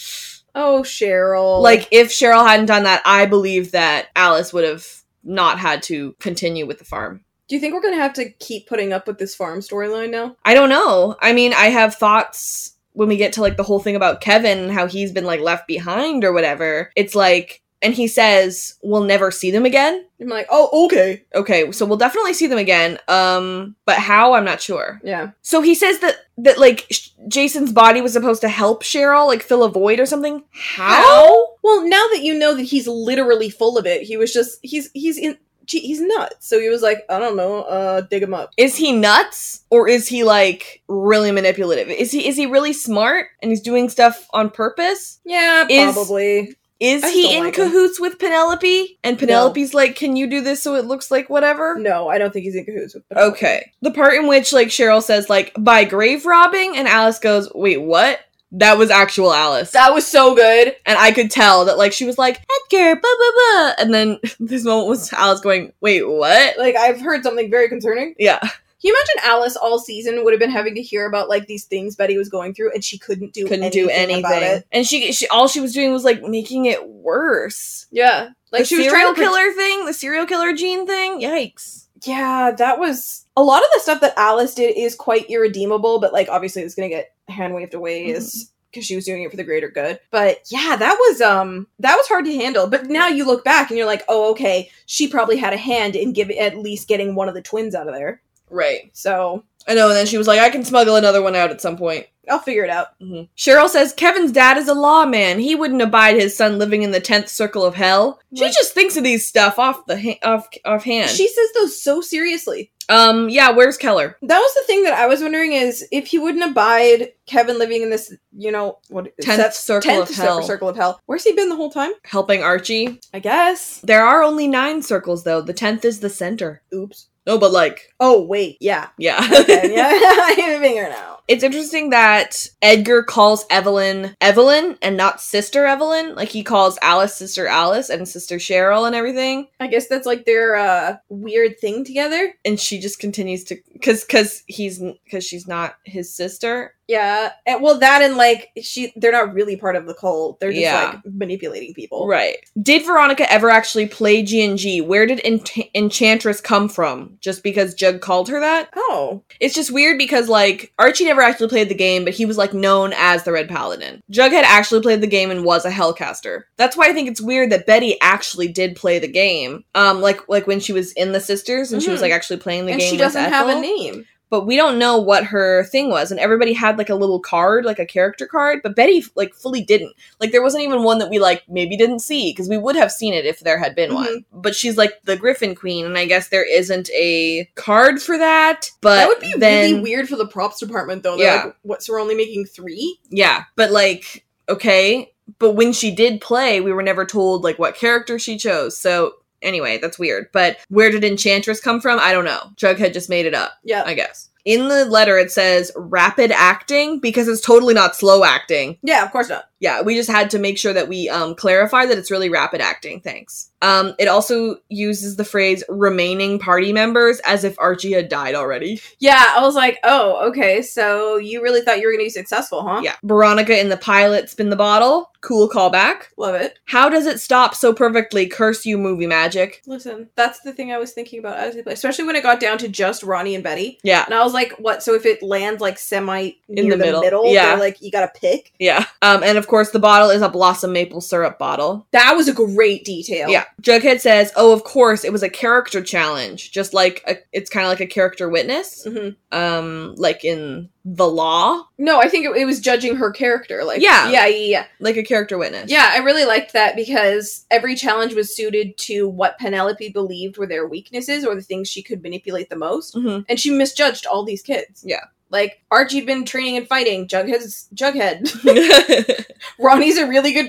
C: oh cheryl
B: like if Cheryl hadn't done that, I believe that Alice would have not had to continue with the farm.
C: Do you think we're gonna have to keep putting up with this farm storyline now?
B: I don't know. I mean, I have thoughts when we get to like the whole thing about Kevin and how he's been like left behind or whatever. It's like and he says we'll never see them again.
C: I'm like, oh, okay,
B: Okay, so we'll definitely see them again. Um but how I'm not sure.
C: yeah,
B: So he says that that like sh- Jason's body was supposed to help Cheryl like fill a void or something. How?
C: Well, now that you know that he's literally full of it, he was just he's he's in gee, he's nuts. So he was like, I don't know, uh, dig him up.
B: is he nuts or is he like really manipulative is he is he really smart and he's doing stuff on purpose
C: Yeah,
B: Is-
C: probably.
B: is
C: I
B: he
C: still
B: in
C: like him.
B: cahoots with penelope and penelope's like can you do this so it looks like whatever
C: No, I don't think he's in cahoots with. Penelope.
B: okay the part in which like cheryl says like by grave robbing and alice goes wait what that was actual alice
C: that was so good.
B: and i could tell that like she was like edgar blah blah blah and then <laughs> this moment was alice going wait what
C: Like I've heard something very concerning.
B: yeah
C: Can you imagine Alice all season would have been having to hear about like these things Betty was going through, and she couldn't do
B: couldn't
C: anything
B: do anything
C: about it.
B: and she, she all she was doing was like making it worse
C: Yeah, like
B: the
C: she was
B: serial
C: trying to
B: killer thing, the serial killer gene thing. Yikes.
C: Yeah, that was a lot
B: Mm-hmm.
C: of the stuff that Alice did is quite irredeemable, but like obviously it's gonna get hand waved away as because she was doing it for the greater good. But yeah, that was um that was hard to handle. But now you look back and you're like, oh okay, she probably had a hand in give at least getting one of the twins out of there.
B: Right.
C: So
B: I know, and then she was like, I can smuggle another one out at some point.
C: I'll figure it out.
B: Mm-hmm. Cheryl says Kevin's dad is a lawman. He wouldn't abide his son living in the tenth circle of hell. She
C: Like-
B: just thinks of these stuff off the ha- off offhand.
C: She says those so seriously.
B: um, yeah, where's Keller?
C: That was the thing that I was wondering is if he wouldn't abide Kevin living in this, you know, what
B: Tenth
C: Seth-
B: circle
C: tenth
B: of hell,
C: circle of hell. Where's he been the whole time?
B: helping Archie.
C: I guess.
B: There are only nine circles though. The tenth is the center.
C: Oops.
B: No, but like,
C: Oh wait, <laughs> yeah.
B: yeah,
C: Okay, yeah, I am figuring it out.
B: <laughs> It's interesting that Edgar calls Evelyn Evelyn and not Sister Evelyn. Like he calls Alice Sister Alice and Sister Cheryl and everything.
C: I guess that's like their uh weird thing together.
B: and she just continues to because because he's because she's not his sister
C: Yeah. And, well, that and like she, they're not really part of the cult. They're just
B: Yeah.
C: like manipulating people.
B: right did veronica ever actually play g&g where did Ent- enchantress come from just because jug called her that
C: Oh,
B: it's just weird because like archie never actually played the game but he was like known as the red paladin jughead actually played the game and was a hellcaster that's why i think it's weird that betty actually did play the game um like like when she was in the sisters and she was
C: Mhm.
B: like actually playing the
C: and
B: game
C: she
B: with
C: doesn't have a
B: Ethel.
C: name.
B: but we don't know what her thing was and everybody had like a little card like a character card but betty like fully didn't like there wasn't even one that we like maybe didn't see because we would have seen it if there had been one
C: Mm-hmm.
B: but she's like the griffin queen and i guess there isn't a card for that but
C: that would be
B: then
C: really weird for the props department, though. They're
B: Yeah.
C: like, what? So we're only making three?
B: yeah but like okay but when she did play we were never told like what character she chose so anyway that's weird but where did enchantress come from i don't know jughead just made it up
C: Yeah.
B: I guess. In the letter, it says rapid acting because it's totally not slow acting.
C: yeah, of course not.
B: Yeah, we just had to make sure that we um, clarify that it's really rapid acting. Thanks. Um, it also uses the phrase remaining party members as if Archie had died already.
C: Yeah, I was like, oh, okay. So you really thought you were going to be successful, huh?
B: Yeah. Veronica in the pilot spin the bottle. Cool callback.
C: Love it.
B: How does it stop so perfectly? Curse you, movie magic.
C: Listen, that's the thing I was thinking about as we play, especially when it got down to just Ronnie and Betty.
B: Yeah.
C: And I was like, what? So if it lands like semi near
B: the
C: the,
B: middle.
C: middle,
B: Yeah.
C: they're like, you got to pick.
B: Yeah. Um, and of course, the bottle is a blossom maple syrup bottle.
C: That was a great detail.
B: Yeah. Jughead says, "Oh, of course, it was a character challenge, just like a, it's kind of like a character witness,
C: Mhm.
B: um, like in the law,
C: No, I think it, it was judging her character. Like,
B: Yeah.
C: yeah, yeah,
B: like a character
C: yeah.
B: witness."
C: Yeah, I really liked that because every challenge was suited to what Penelope believed were their weaknesses or the things she could manipulate the most,
B: Mhm.
C: and she misjudged all these kids.
B: Yeah.
C: Like Archie'd been training and fighting. Jughead's Jughead. <laughs> Ronnie's a really good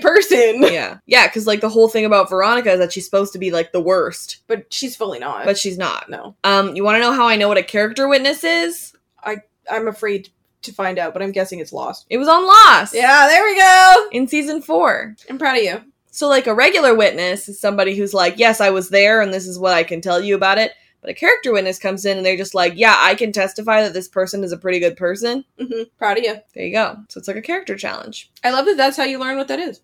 B: <laughs>
C: person,
B: yeah, yeah, because like the whole thing about Veronica is that she's supposed to be like the worst,
C: but she's fully not.
B: but she's not.
C: no,
B: Um, you want to know how I know what a character witness is?
C: I'm afraid to find out, but I'm guessing it's lost.
B: It was on Lost,
C: Yeah, there we go.
B: in season four.
C: I'm proud of you.
B: So like a regular witness is somebody who's like, "Yes, I was there and this is what I can tell you about it." But a character witness comes in and they're just like, "Yeah, I can testify that this person is a pretty good person."
C: hmm Proud of you.
B: There you go. So it's like a character challenge.
C: I love that. That's how you learn what that is.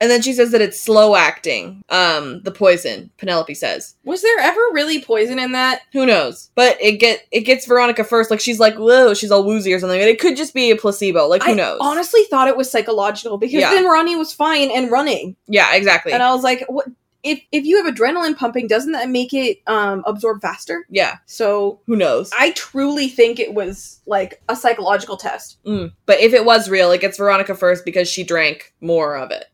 B: And then she says that it's slow acting. Um, the poison, Penelope says.
C: Was there ever really poison in that?
B: Who knows? But it get it gets Veronica first. Like she's like, whoa, she's all woozy or something. But it could just be a placebo. Like who
C: I
B: knows?
C: honestly thought it was psychological because
B: Yeah.
C: then Ronnie was fine and running,
B: yeah, exactly.
C: and I was like, "What? If if you have adrenaline pumping, doesn't that make it um, absorb faster?"
B: yeah,
C: So
B: who knows?
C: I truly think it was like a psychological test,
B: Mm. But if it was real, it gets Veronica first because she drank more of it.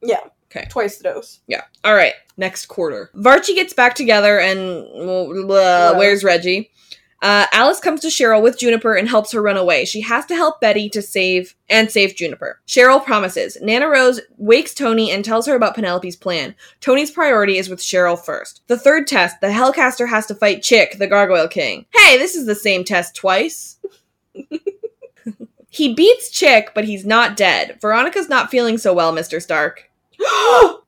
C: twice the dose. <gasps>
B: All right, next quarter. Varchi gets back together and well, blah, where's Reggie? Uh, Alice comes to Cheryl with Juniper and helps her run away. She has to help Betty to save and save Juniper. Cheryl promises. Nana Rose wakes Tony and tells her about Penelope's plan. Tony's priority is with Cheryl first. The third test, the Hellcaster has to fight Chick, the Gargoyle King. Hey, this is the same test twice. <laughs> he beats Chick, but he's not dead. Veronica's not feeling so well, Mr. Stark.
C: How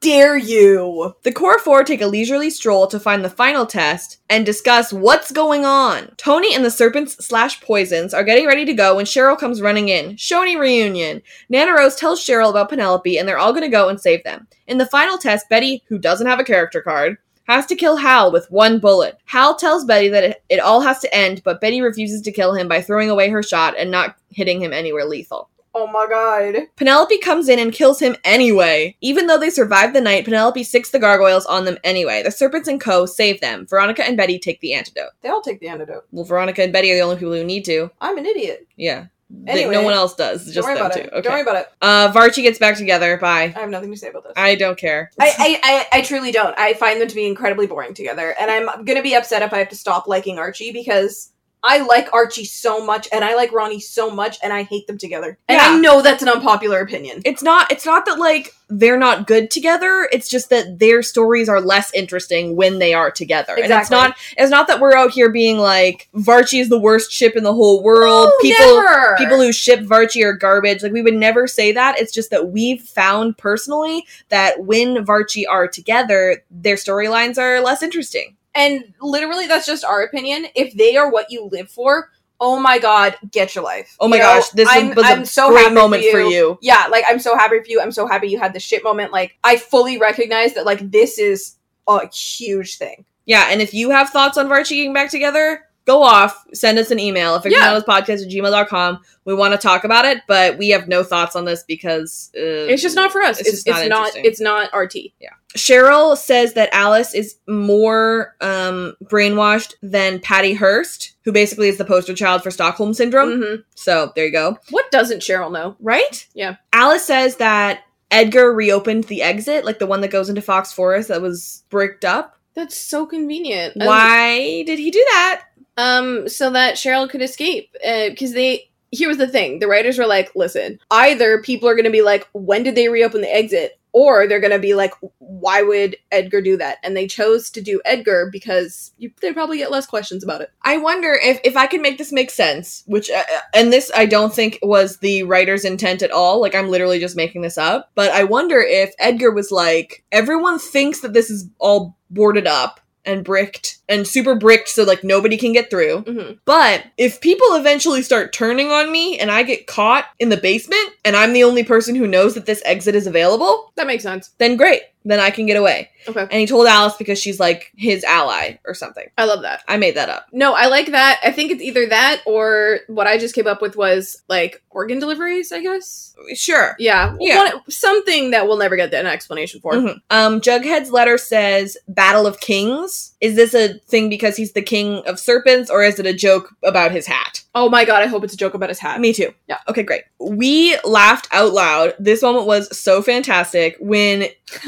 C: dare you?
B: The core four take a leisurely stroll to find the final test and discuss what's going on. Tony and the serpents slash poisons are getting ready to go when Cheryl comes running in. Shoney reunion. Nana Rose tells Cheryl about Penelope and they're all gonna go and save them. In the final test, Betty, who doesn't have a character card, has to kill Hal with one bullet. Hal tells Betty that it, it all has to end, but Betty refuses to kill him by throwing away her shot and not hitting him anywhere lethal.
D: Oh my god.
B: Penelope comes in and kills him anyway. Even though they survive the night, Penelope sicks the gargoyles on them anyway. The serpents and co save them. Veronica and Betty take the antidote.
D: They all take the antidote.
B: Well, Veronica and Betty are the only people who need to.
D: I'm an idiot.
B: Yeah. They-
D: Anyway,
B: no one else does. Just
D: Don't worry
B: them
D: about
B: two.
D: it.
B: Okay.
D: Don't worry about it.
B: uh, Varchi gets back together. Bye.
D: I have nothing to say about this.
B: I don't care.
D: I, I, I, I truly don't. I find them to be incredibly boring together, and I'm gonna be upset if I have to stop liking Archie because I like Archie so much, and I like Ronnie so much, and I hate them together. And
B: Yeah.
D: I know that's an unpopular opinion.
B: it's not it's not that like they're not good together it's just that their stories are less interesting when they are together and it's
D: Exactly.
B: not it's not that we're out here being like varchi is the worst ship in the whole world
D: No,
B: people
D: never.
B: people who ship varchi are garbage like we would never say that it's just that we've found personally that when varchi are together their storylines are less interesting
D: and literally that's just our opinion. If they are what you live for, oh my god, get your life.
B: oh my
D: You know,
B: gosh this
D: I'm-
B: was
D: I'm
B: a
D: so
B: great
D: happy
B: moment for you
D: yeah, like I'm so happy for you. I'm so happy you had the shit moment. Like I fully recognize that like this is a huge thing.
B: yeah and if you have thoughts on varchi getting back together go off send us an email if
C: Yeah.
B: it's podcast at gmail.com we want to talk about it but we have no thoughts on this because uh,
C: It's just not for us.
B: It's
C: It's,
B: just
C: it's,
B: not
C: not,
B: interesting.
C: it's not RT.
B: cheryl says that alice is more um, brainwashed than patty hearst who basically is the poster child for stockholm syndrome
C: Mhm.
B: so there you go
C: What doesn't Cheryl know?
B: right?
C: Yeah.
B: Alice says that Edgar reopened the exit, like the one that goes into Fox Forest that was bricked up.
C: That's so convenient. Um,
B: Why did he do that?
C: Um, so that Cheryl could escape. Because they. Here was the thing the writers were like, listen, either people are going to be like, when did they reopen the exit? Or they're going to be like, why would Edgar do that? And they chose to do Edgar because you, they'd probably get less questions about it.
B: I wonder if if I can make this make sense, which uh, and this I don't think was the writer's intent at all. Like I'm literally just making this up, but I wonder if Edgar was like everyone thinks that this is all boarded up and bricked and super bricked so like nobody can get through.
C: Mm-hmm.
B: But if people eventually start turning on me and I get caught in the basement and I'm the only person who knows that this exit is available,
C: That makes sense.
B: then great. Then I can get away.
C: Okay.
B: And he told Alice because she's like his ally or something.
C: I love that.
B: I made that up.
C: No, I like that. I think it's either that or what I just came up with was like organ deliveries, I guess.
B: Sure.
C: Yeah.
B: Yeah.
C: One- something that we'll never get an explanation for.
B: Mhm. Um, Jughead's letter says Battle of Kings. Is this a thing because he's the king of serpents or is it a joke about his hat?
C: Oh my god, I hope it's a joke about his hat.
B: Me too.
C: Yeah.
B: Okay, great. We laughed out loud. This moment was so fantastic when Jughead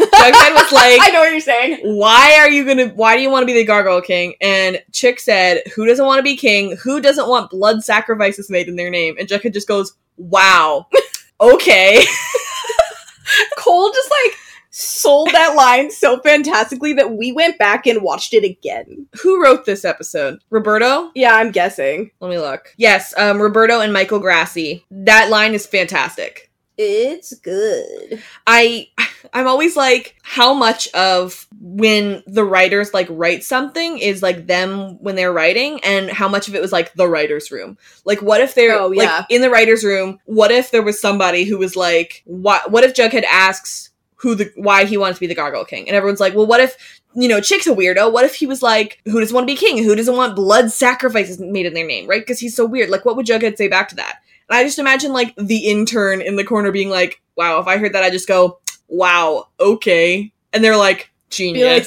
C: <laughs>
B: was like,
C: I know what you're saying.
B: why are you gonna why do you want to be the gargoyle king and chick said who doesn't want to be king who doesn't want blood sacrifices made in their name and jughead just goes wow <laughs> okay
C: Cole just like sold that line so fantastically that we went back and watched it again.
B: who wrote this episode roberto
C: Yeah, I'm guessing.
B: let me look yes um, roberto and michael grassi that line is fantastic
C: It's good.
B: I I'm always like how much of when the writers like write something is like them when they're writing and how much of it was like the writers room. Like what if they're
C: Oh, yeah.
B: like in the writers room, what if there was somebody who was like what what if Jughead asks who the why he wants to be the Gargoyle King and everyone's like, "Well, what if you know, Chick's a weirdo. What if he was like, who doesn't want to be king? Who doesn't want blood sacrifices made in their name, right? Because he's so weird. Like, what would Jughead say back to that? And I just imagine like the intern in the corner being like, wow, if I heard that, I just go, wow, okay. And they're like,
C: Be like,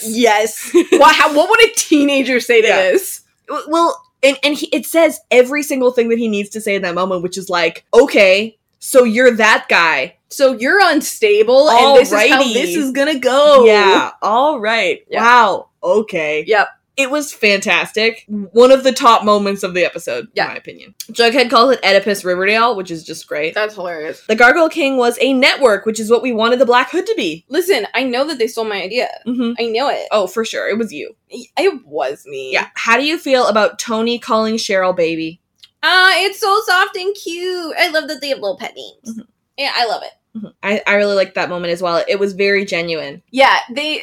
B: genius. <laughs>
C: yes. what, how, what would a teenager say to
B: Yeah.
C: this?
B: W- Well, and, and he, it says every single thing that he needs to say in that moment, which is like, okay, so you're that guy.
C: So you're unstable, and this is how
B: Alrighty.
C: this is gonna go.
B: Yeah, all right.
C: Yeah.
B: Wow, okay.
C: Yep.
B: It was fantastic. One of the top moments of the episode,
C: Yeah.
B: in my opinion. Jughead calls it Oedipus Riverdale, which is just great.
C: That's hilarious.
B: The Gargoyle King was a network, which is what we wanted the Black Hood to be.
C: Listen, I know that they stole my idea.
B: hmm
C: I know it.
B: Oh, for sure. It was you.
C: It was me.
B: Yeah. How do you feel about Tony calling Cheryl baby?
C: Uh, it's so soft and cute. I love that they have little pet names.
D: Mm-hmm.
C: Yeah, I love it.
B: I, I really liked that moment as well. It was very genuine.
D: Yeah, they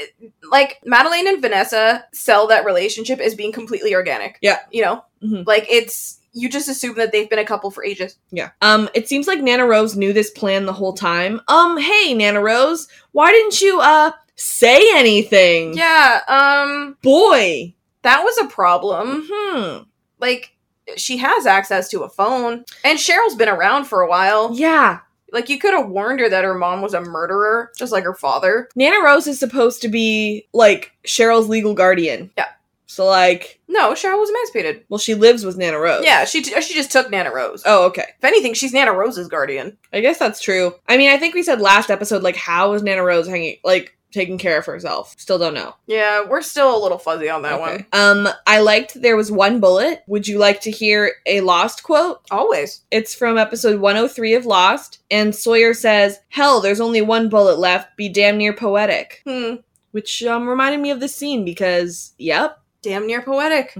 D: like Madeline and Vanessa sell that relationship as being completely organic.
B: Yeah.
D: You know?
C: Mm-hmm.
B: Mhm.
D: Like it's you just assume that they've been a couple for ages.
B: Yeah. Um, it seems like Nana Rose knew this plan the whole time. Um, hey, Nana Rose, why didn't you, uh, say anything?
D: Yeah, um
B: Boy.
D: that was a problem.
B: Hmm.
D: Like she has access to a phone and Cheryl's been around for a while.
B: Yeah.
C: Like you could have warned her that her mom was a murderer, just like her father.
B: Nana Rose is supposed to be like Cheryl's legal guardian.
C: Yeah.
B: So like,
C: No, Cheryl was emancipated.
B: well, she lives with Nana Rose.
C: Yeah, she t- she just took Nana Rose.
B: Oh, okay.
C: If anything, she's Nana Rose's guardian.
B: I guess that's true. I mean, I think we said last episode like how is Nana Rose hanging like taking care of herself? Still don't know.
C: Yeah, we're still a little fuzzy on that
B: Okay.
C: one.
B: Um, I liked there was one bullet. Would you like to hear a Lost quote?
C: Always.
B: It's from episode 103 of Lost, and Sawyer says, "Hell, there's only one bullet left. Be damn near poetic,"
C: Hmm.
B: which um reminded me of this scene because, yep. Mm-hmm.
C: Damn near poetic.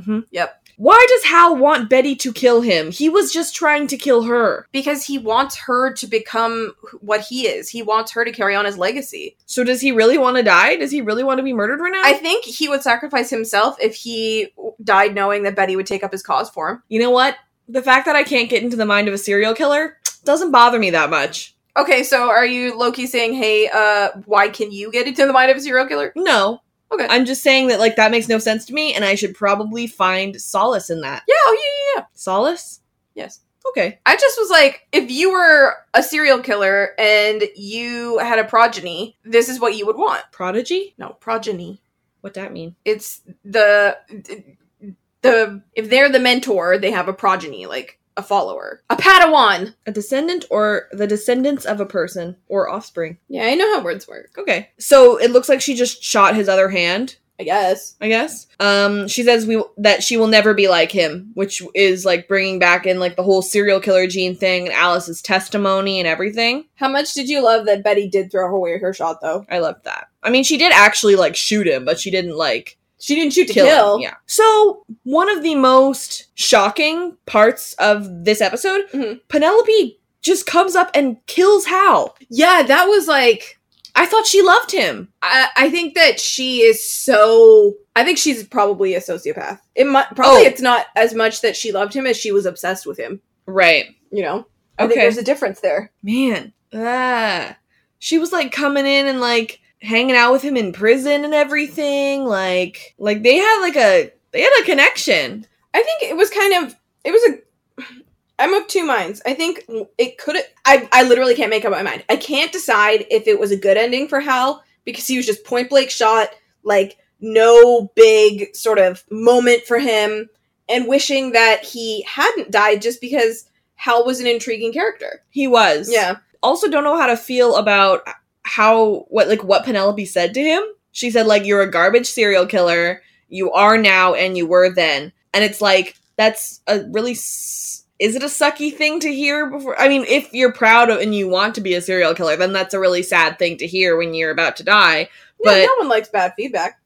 B: Why does Hal want Betty to kill him? He was just trying to kill her.
C: Because he wants her to become wh- what he is. He wants her to carry on his legacy.
B: So does he really want to die? Does he really want to be murdered right now?
C: I think he would sacrifice himself if he w- died knowing that Betty would take up his cause for him.
B: you know what? The fact that I can't get into the mind of a serial killer doesn't bother me that much.
C: Okay, so are you Loki saying, "Hey, uh, why can you get into the mind of a serial killer?"
B: No.
C: Okay.
B: I'm just saying that like that makes no sense to me and I should probably find solace in that.
C: Yeah, oh, yeah, yeah, yeah.
B: Solace?
C: Yes.
B: Okay.
C: I just was like, if you were a serial killer and you had a progeny, this is what you would want.
B: Prodigy?
C: No, progeny.
B: What that mean?
C: It's the the if they're the mentor, they have a progeny, like a follower, a padawan.
B: A descendant or the descendants of a person or offspring.
C: Yeah, I know how words work.
B: Okay. So it looks like she just shot his other hand.
C: I guess.
B: I guess. Um, she says we that she will never be like him, which is like bringing back in like the whole serial killer gene thing and Alice's testimony and everything.
C: How much did you love that Betty did throw away her shot though?
B: I loved that. I mean, she did actually like shoot him, but she didn't like
C: She didn't shoot to
B: kill.
C: kill.
B: him. Yeah. So one of the most shocking parts of this episode,
C: Mhm.
B: Penelope just comes up and kills Hal.
C: Yeah, that was like
B: I thought she loved him.
C: I, I think that she is so. I think she's probably a sociopath. It mu- probably
B: Oh.
C: it's not as much that she loved him as she was obsessed with him.
B: Right.
C: You know, I think
B: Okay.
C: there's a difference there.
B: Man. Ah. She was like coming in and like hanging out with him in prison and everything. Like like they had like a they had a connection.
C: I think it was kind of. It was a. <sighs> I'm of two minds. I think it could. I I literally can't make up my mind. I can't decide if it was a good ending for Hal because he was just point blank shot, like no big sort of moment for him, and wishing that he hadn't died just because Hal was an intriguing character.
B: He was. Also don't know how to feel about how what like what Penelope said to him. She said like you're a garbage serial killer. You are now and you were then. And it's like that's a really s- is it a sucky thing to hear before I mean if you're proud of and you want to be a serial killer then that's a really sad thing to hear when you're about to die. <laughs>
C: Yeah,
B: But-
C: no one likes bad feedback.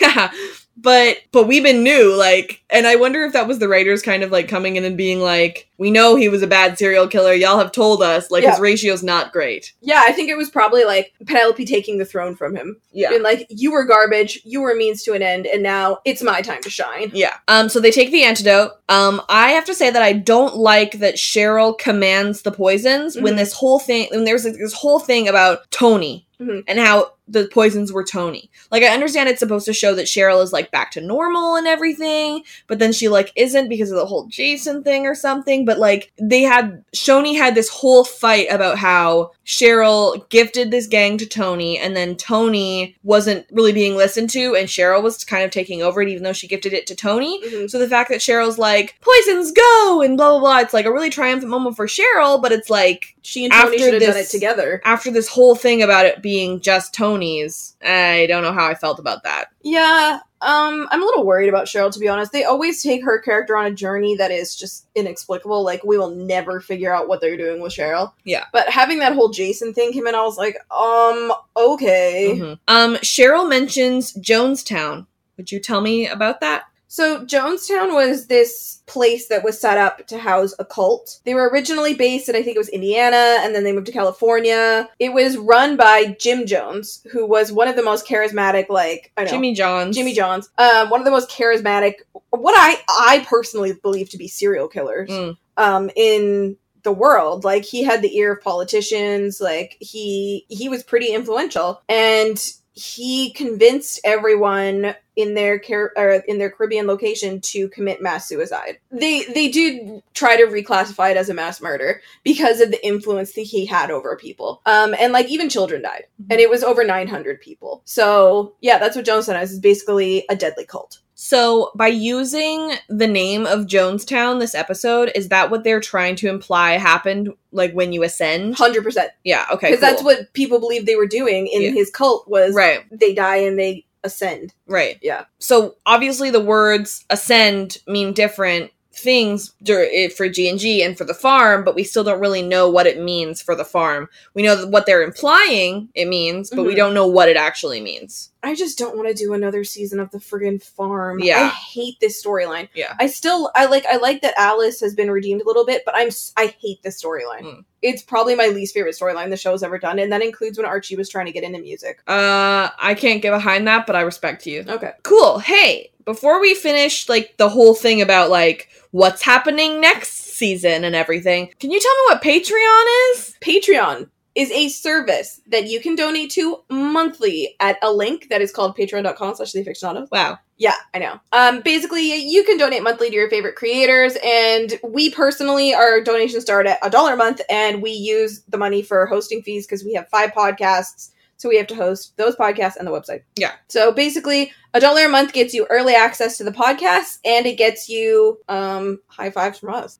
B: yeah but but we've been new like and i wonder if that was the writers kind of like coming in and being like we know he was a bad serial killer y'all have told us like his
C: Yeah.
B: ratio's not great
C: Yeah, I think it was probably like Penelope taking the throne from him.
B: yeah
C: And like, you were garbage, you were a means to an end, and now it's my time to shine.
B: yeah um so they take the antidote um i have to say that i don't like that cheryl commands the poisons when
C: Mhm.
B: this whole thing when there's like, this whole thing about tony
C: Mhm.
B: and how the poisons were tony like i understand it's supposed to show that cheryl is like back to normal and everything but then she like isn't because of the whole Jason thing or something. But like they had Shoni had this whole fight about how Cheryl gifted this gang to Tony, and then Tony wasn't really being listened to, and Cheryl was kind of taking over it, even though she gifted it to Tony.
C: Mhm.
B: So the fact that Cheryl's like poisons go and blah blah blah, it's like a really triumphant moment for Cheryl, but it's like
C: She and Tony
B: After
C: should have done it
B: this-
C: together.
B: after this whole thing about it being just Tony's, I don't know how I felt about that.
C: Yeah, um, I'm a little worried about Cheryl to be honest. They always take her character on a journey that is just inexplicable. Like, we will never figure out what they're doing with Cheryl.
B: Yeah.
C: But having that whole Jason thing came in, I was like, um, okay.
B: Mhm. Um, Cheryl mentions Jonestown. Would you tell me about that?
C: So Jonestown was this place that was set up to house a cult. They were originally based in I think it was Indiana and then they moved to California. It was run by Jim Jones, who was one of the most charismatic like I know
B: Jimmy Johns.
C: Jimmy Johns, um, one of the most charismatic what I I personally believe to be serial killers
B: Mm.
C: um in the world like he had the ear of politicians like he he was pretty influential and he convinced everyone in their Car- or in their Caribbean location to commit mass suicide. They they do try to reclassify it as a mass murder because of the influence that he had over people. Um, and like even children died,
B: Mm-hmm.
C: and it was over 900 people. So yeah, that's what Jonestown is. It's basically a deadly cult.
B: So, by using the name of Jonestown this episode, is that what they're trying to imply happened like when you ascend?
C: 100 percent
B: Yeah, okay.
C: because that's
B: cool.
C: what people believe they were doing in
B: Yeah.
C: his cult was
B: Right,
C: they die and they ascend.
B: right.
C: Yeah.
B: So, obviously the words ascend mean different things dur- eh, for G&G and for the farm, but we still don't really know what it means for the farm. We know that what they're implying it means, but we
C: Mhm.
B: don't know what it actually means.
C: I just don't want to do another season of the friggin' farm.
B: Yeah.
C: I hate this storyline.
B: Yeah.
C: I still I like I like that Alice has been redeemed a little bit, but I'm s- I hate this storyline.
B: Mm.
C: It's probably my least favorite storyline the show's ever done, and that includes when Archie was trying to get into music.
B: Uh, I can't get behind that, but I respect you.
C: Okay.
B: cool hey before we finish like the whole thing about like what's happening next season and everything can you tell me what patreon is
C: Patreon is a service that you can donate to monthly at a link that is called patreon.com slash the aficionados.
B: wow
C: Yeah, I know. Um, basically, you can donate monthly to your favorite creators, and we personally, our donations start at a dollar a month, and we use the money for hosting fees because we have five podcasts, so we have to host those podcasts and the website.
B: Yeah.
C: So basically, a dollar a month gets you early access to the podcast, and it gets you um high fives from us.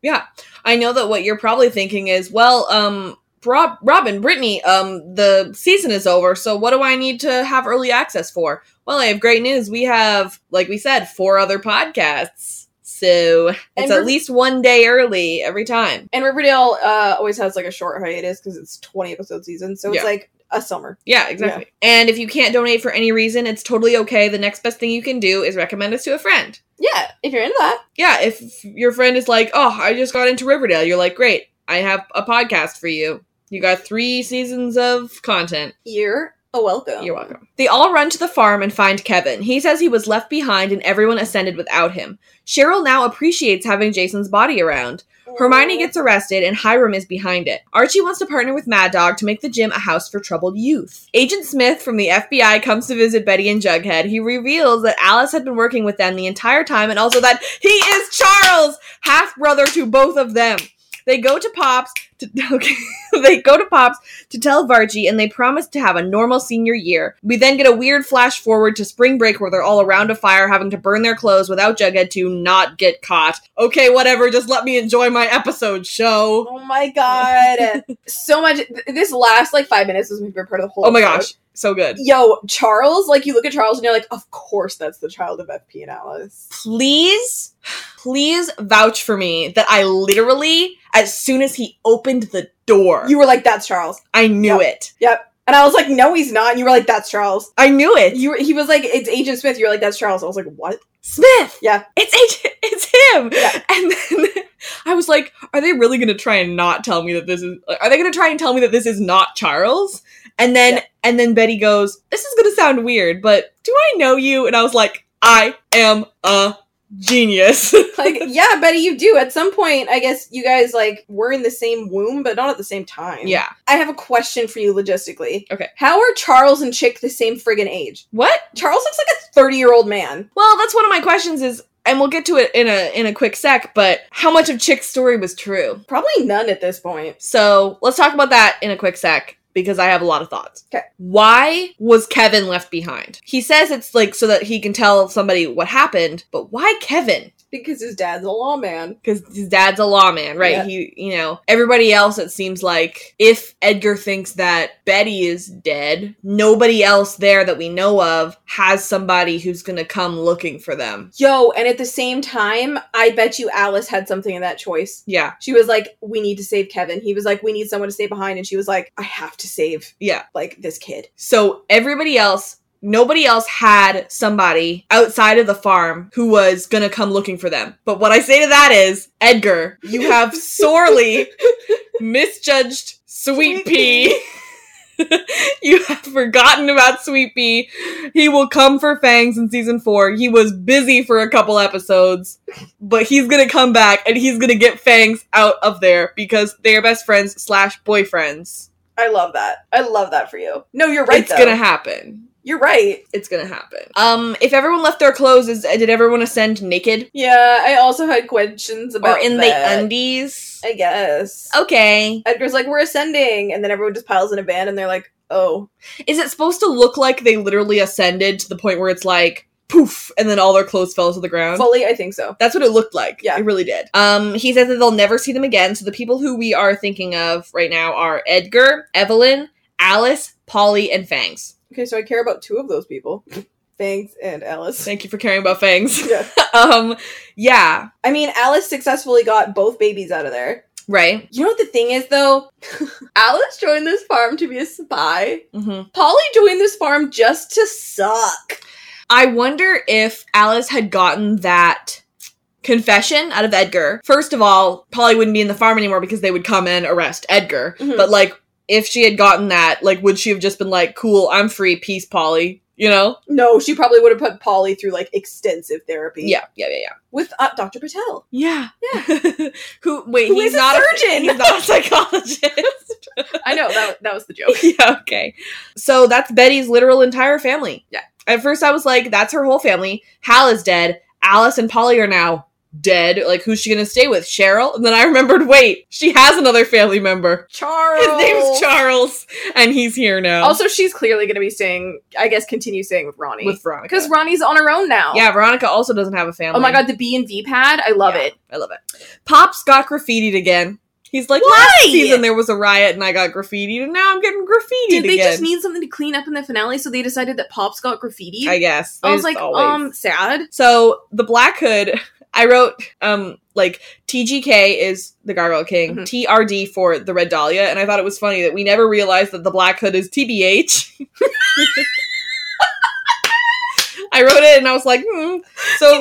B: i know that what you're probably thinking is well um Rob, Robin, Brittany, um, the season is over, so what do I need to have early access for? Well, I have great news. We have, like we said, four other podcasts, so it's
C: And
B: at
C: we're-
B: least one day early every time.
C: And Riverdale uh, always has like a short hiatus because it's twenty episode season, so
B: Yeah.
C: it's like a summer.
B: Yeah, exactly. And if you can't donate for any reason, it's totally okay. The next best thing you can do is recommend us to a friend.
C: Yeah, if you're into that,
B: Yeah, if your friend is like, "Oh, I just got into Riverdale." You're like, "Great. I have a podcast for you. You got 3 seasons of content.
C: you're a welcome.
B: You're welcome." They all run to the farm and find Kevin. He says he was left behind and everyone ascended without him. Cheryl now appreciates having Jason's body around. Hermione gets arrested and Hiram is behind it. Archie wants to partner with Mad Dog to make the gym a house for troubled youth. Agent Smith from the FBI comes to visit Betty and Jughead. He reveals that Alice had been working with them the entire time and also that he is Charles, half brother to both of them. They go to Pops to, <laughs> okay, they go to Pops to tell Vargie and they promise to have a normal senior year. We then get a weird flash forward to spring break where they're all around a fire having to burn their clothes without Jughead to not get caught. Okay, whatever, just let me enjoy my episode show.
C: Oh my god. so much th- this last like 5 minutes was my favorite part of the whole
B: Oh my
C: episode.
B: gosh, so good.
C: Yo, Charles, like you look at Charles and you're like, of course that's the child of FP and Alice.
B: Please, please vouch for me that I literally, as soon as he opened the door,
C: You were like, that's Charles.
B: I knew it.
C: And I was like, no, he's not. And you were like, that's Charles.
B: I knew it.
C: You were, he was like, it's Agent Smith. You were like, that's Charles. I was like,
B: <laughs>
C: what?
B: Smith.
C: Yeah.
B: It's Agent, it's him.
C: Yeah.
B: And then I was like, are they really going to try and not tell me that this is are they going to try and tell me that this is not Charles? And then
C: Yeah.
B: and then Betty goes, this is going to sound weird, but do I know you? And I was like, I am a genius. <laughs>
C: Like, yeah, Betty, you do. At some point, I guess you guys like were in the same womb, but not at the same time.
B: yeah.
C: I have a question for you logistically.
B: Okay.
C: How are Charles and Chick the same friggin' age?
B: What?
C: Charles looks like a 30 year old man.
B: Well, that's one of my questions is and we'll get to it in a in a quick sec, but how much of Chick's story was true?
C: Probably none at this point.
B: So let's talk about that in a quick sec because I have a lot of thoughts.
C: 'Kay.
B: Why was Kevin left behind? He says it's like so that he can tell somebody what happened, but why Kevin?
C: because his dad's a lawman.
B: Because his dad's a lawman, right?
C: Yeah.
B: He, you know, everybody else, it seems like if Edgar thinks that Betty is dead, nobody else there that we know of has somebody who's going to come looking for them.
C: Yo, and at the same time, I bet you Alice had something in that choice.
B: Yeah,
C: She was like, "We need to save Kevin." He was like, "We need someone to stay behind," and she was like, "I have to save
B: yeah.
C: like this kid."
B: So everybody else, nobody else had somebody outside of the farm who was gonna come looking for them. But what I say to that is, Edgar,
C: <laughs>
B: you have sorely misjudged Sweet
C: Sweet
B: Pea. <laughs> you have forgotten about Sweet Pea. He will come for Fangs in season four. He was busy for a couple episodes, but he's gonna come back and he's gonna get Fangs out of there because they are best friends slash boyfriends.
C: I love that. I love that for you. No, you're right.
B: it's
C: though.
B: gonna happen.
C: You're right.
B: It's gonna happen. Um, if everyone left their clothes, is uh, did everyone ascend naked
C: Yeah, I also had questions
B: or
C: about
B: in
C: that,
B: the Oh. undies?
C: I guess.
B: Okay.
C: Edgar's like, we're ascending, and then everyone just piles in a van, and they're like, oh,
B: Is it supposed to look like they literally ascended to the point where it's like poof, and then all their clothes fell to the ground?
C: fully, I think so.
B: That's what it looked like.
C: Yeah.
B: It really did. Um, he says that they'll never see them again. So the people who we are thinking of right now are Edgar, Evelyn, Alice, Polly, and Fangs.
C: Okay, so I care about two of those people, <laughs> Fangs and Alice.
B: Thank you for caring about Fangs. <laughs>
C: <laughs> Yeah.
B: um, yeah,
C: I mean, Alice successfully got both babies out of there.
B: right.
C: You know what the thing is, though? <laughs> Alice joined this farm to be a spy.
B: hmm
C: Polly joined this farm just to suck.
B: I wonder if Alice had gotten that confession out of Edgar. First of all, Polly wouldn't be in the farm anymore because they would come and arrest Edgar.
C: Mhm.
B: But like, if she had gotten that, like, would she have just been like, "Cool, I'm free, peace, Polly"? You know?
C: No, she probably would have put Polly through like extensive therapy.
B: Yeah, yeah, yeah, yeah.
C: With uh, Dr. Patel.
B: Yeah. Yeah. <laughs> Who wait,
C: Who
B: he's
C: is a
B: not <laughs>
C: surgeon.
B: he's not a psychologist.
E: I know that that was the joke.
B: <laughs> yeah, okay. So that's Betty's literal entire family.
E: Yeah.
B: At first I was like, that's her whole family. Hal is dead. Alice and Polly are now dead. Like who's she gonna stay with? Cheryl? And then I <laughs> remembered, wait, she has another family member.
C: <laughs> Charles.
B: His name's Charles, and he's here now.
E: Also, she's clearly going to be staying. I guess continue staying with Ronnie
B: with Veronica.
E: because Ronnie's on her own now.
B: yeah, Veronica also doesn't have a family.
E: Oh my god, the B and V pad. I love
B: Yeah,
E: it.
B: I love it. Pop's got graffitied again. He's like, last season there was a riot and I got graffitied, and now I'm getting graffitied
E: Did they
B: again.
E: just need something to clean up in the finale? So they decided that Pop's got graffiti.
B: I guess.
E: I was
B: There's
E: like,
B: always-
E: um, sad.
B: So the Black Hood, I wrote, um, like TGK is the Gargoyle King,
E: Mhm.
B: TRD for the Red Dahlia, and I thought it was funny that we never realized that the Black Hood is TBH. <laughs> I wrote it and I was like, hmm. So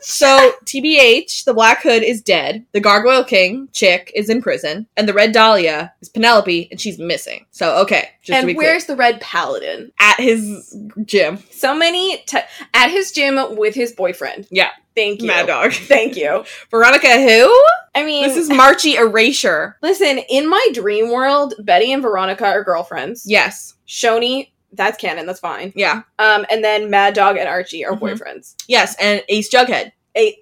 B: So TBH, the Black Hood is dead. The Gargoyle King, Chick, is in prison, and the Red Dahlia is Penelope, and she's missing. So okay, just to be
E: and
B: clear,
E: where's the red paladin?
B: at his gym,
E: So many t- at his gym with his boyfriend.
B: Yeah.
E: Thank you.
B: Mad Dog,
C: <laughs> Thank you.
B: Veronica. Who?
C: I mean,
B: This is Marchie Erasure.
C: listen, in my dream world, Betty and Veronica are girlfriends.
B: Yes.
C: Shoni, that's canon, that's fine.
B: Yeah.
C: Um, and then Mad Dog and Archie are
B: Mhm.
C: boyfriends.
B: Yes. And Ace Jughead
C: A-